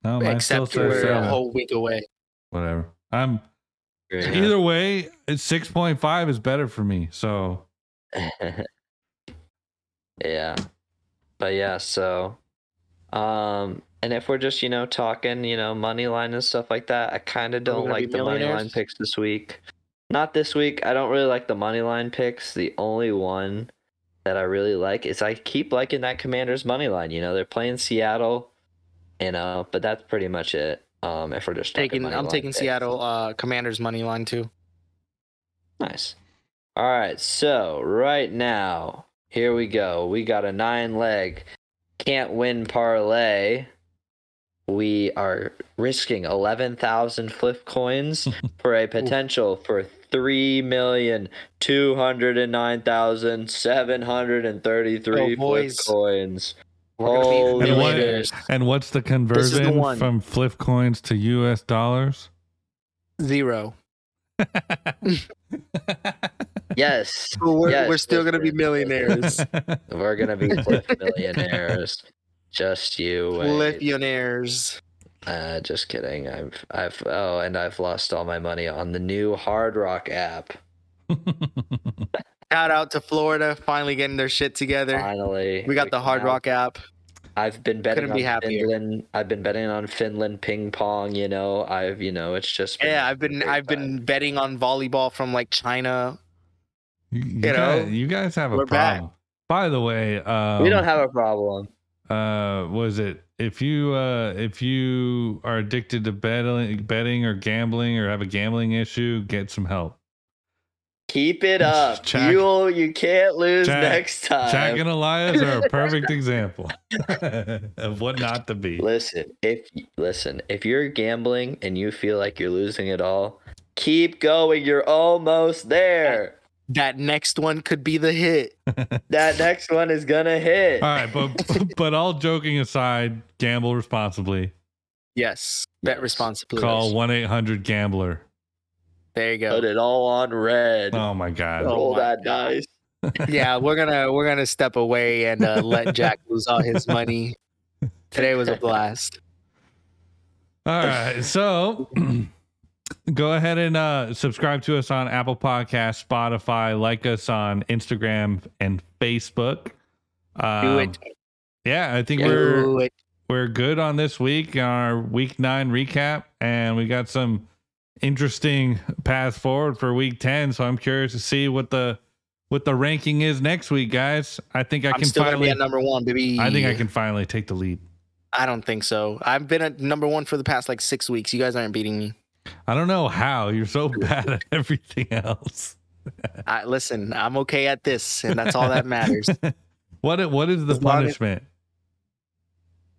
A: No, mine Oh, still
B: except
A: says
B: we're a
A: seven.
B: whole week away.
A: Whatever. I'm
C: Yeah.
A: either way. It's six point five is better for me. So
C: yeah. But yeah, so um and if we're just, you know, talking, you know, money line and stuff like that, I kind of
B: we
C: don't
B: gonna
C: like
B: be
C: the money line
B: millionaires?
C: picks this week. Not this week. I don't really like the money line picks. The only one that I really like is I keep liking that Commanders money line, you know, they're playing Seattle, you know, but that's pretty much it. Um if we're just talking
B: Taking
C: money
B: I'm
C: line
B: taking
C: picks.
B: Seattle uh, Commanders money line too.
C: Nice. All right, so right now, here we go. We got a nine leg can't win parlay. We are risking 11,000 flip coins for a potential for 3,209,733
B: Go,
C: flip
B: Oh, boys.
C: coins.
B: We're gonna
C: Holy
B: be
A: And what-
B: millionaires.
A: and what's the
B: is the
A: conversion
B: one.
A: from flip coins to U.S. dollars?
B: Zero.
C: Yes.
B: We're,
C: Yes,
B: we're still gonna be
C: listen,
B: millionaires.
C: We're going to be flip millionaires. Just you wait.
B: Millionaires.
C: Uh, just kidding. I've I've oh, and I've lost all my money on the new Hard Rock app.
B: Shout out to Florida, finally getting their shit together.
C: Finally,
B: We got the
C: can
B: Hard
C: now-
B: Rock app.
C: I've been betting
B: Couldn't be
C: on
B: happier.
C: Finland. I've been betting on Finland ping pong. You know, I've you know, it's just been
B: Yeah, I've been
C: great
B: I've
C: time.
B: been betting on volleyball from like China.
A: you, you
B: know,
A: guys, you guys have a
B: we're
A: problem.
B: back.
A: By the way, um,
C: we don't have a problem.
A: uh was it if you uh if you are addicted to betting betting or gambling or have a gambling issue get some help
C: Keep it up.
A: Jack-
C: you you can't lose
A: Jack-
C: next time.
A: jack and elias are a perfect example of what not to be
C: Listen, if listen, if you're gambling and you feel like you're losing it all, keep going. You're almost there.
B: That next one could be the hit.
C: That next one is gonna hit.
A: all right but but all joking aside gamble responsibly
B: Yes. Bet responsibly.
A: call 1-800 gambler
B: There you
C: Put
B: go.
C: it all on red.
A: oh my god
C: Roll
B: Oh my
C: that dice.
B: Yeah, we're gonna we're gonna step away and uh, let Jack lose all his money. Today was a blast.
A: All right. So go ahead and uh, subscribe to us on Apple Podcasts, Spotify, like us on Instagram and Facebook. Um,
B: Do it.
A: Yeah, I think we're
B: Do it.
A: we're good on this week on our week nine recap, and we got some interesting path forward for week ten. So I'm curious to see what the what the ranking is next week, guys. I think I
B: I'm
A: can
B: still gonna be
A: finally.
B: at number one, baby.
A: I think I can finally take the lead.
B: I don't think so. I've been at number one for the past like six weeks. You guys aren't beating me.
A: I don't know how you're so bad at everything else.
B: I listen. I'm okay at this, and that's all that matters.
A: What i- what is the
B: As long as-
A: punishment?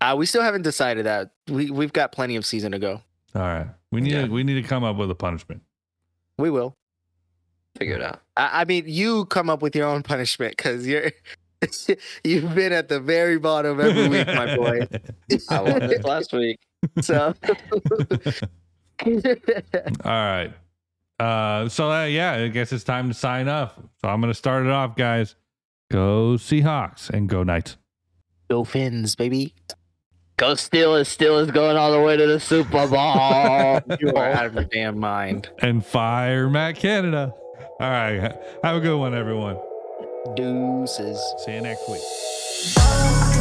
B: Uh, we still haven't decided that. We we've got plenty of season to go.
A: All right, we need
C: Yeah.
A: to, we need to come up with a punishment.
B: We will.
C: Figure it out.
B: I, I mean, you come up with your own punishment because you're you've been at the very bottom every week, my boy.
C: I won this last week.
B: So
A: All right. Uh, so uh, yeah, I guess it's time to sign off. So I'm gonna start it off, guys. Go Seahawks and go Knights.
B: go Fins, baby.
C: Go Steelers. Steelers going all the way to the Super Bowl.
B: You are out of your damn mind,
A: and fire Matt Canada. All right, have a good one, everyone.
B: deuces.
A: See you next week.
D: Thank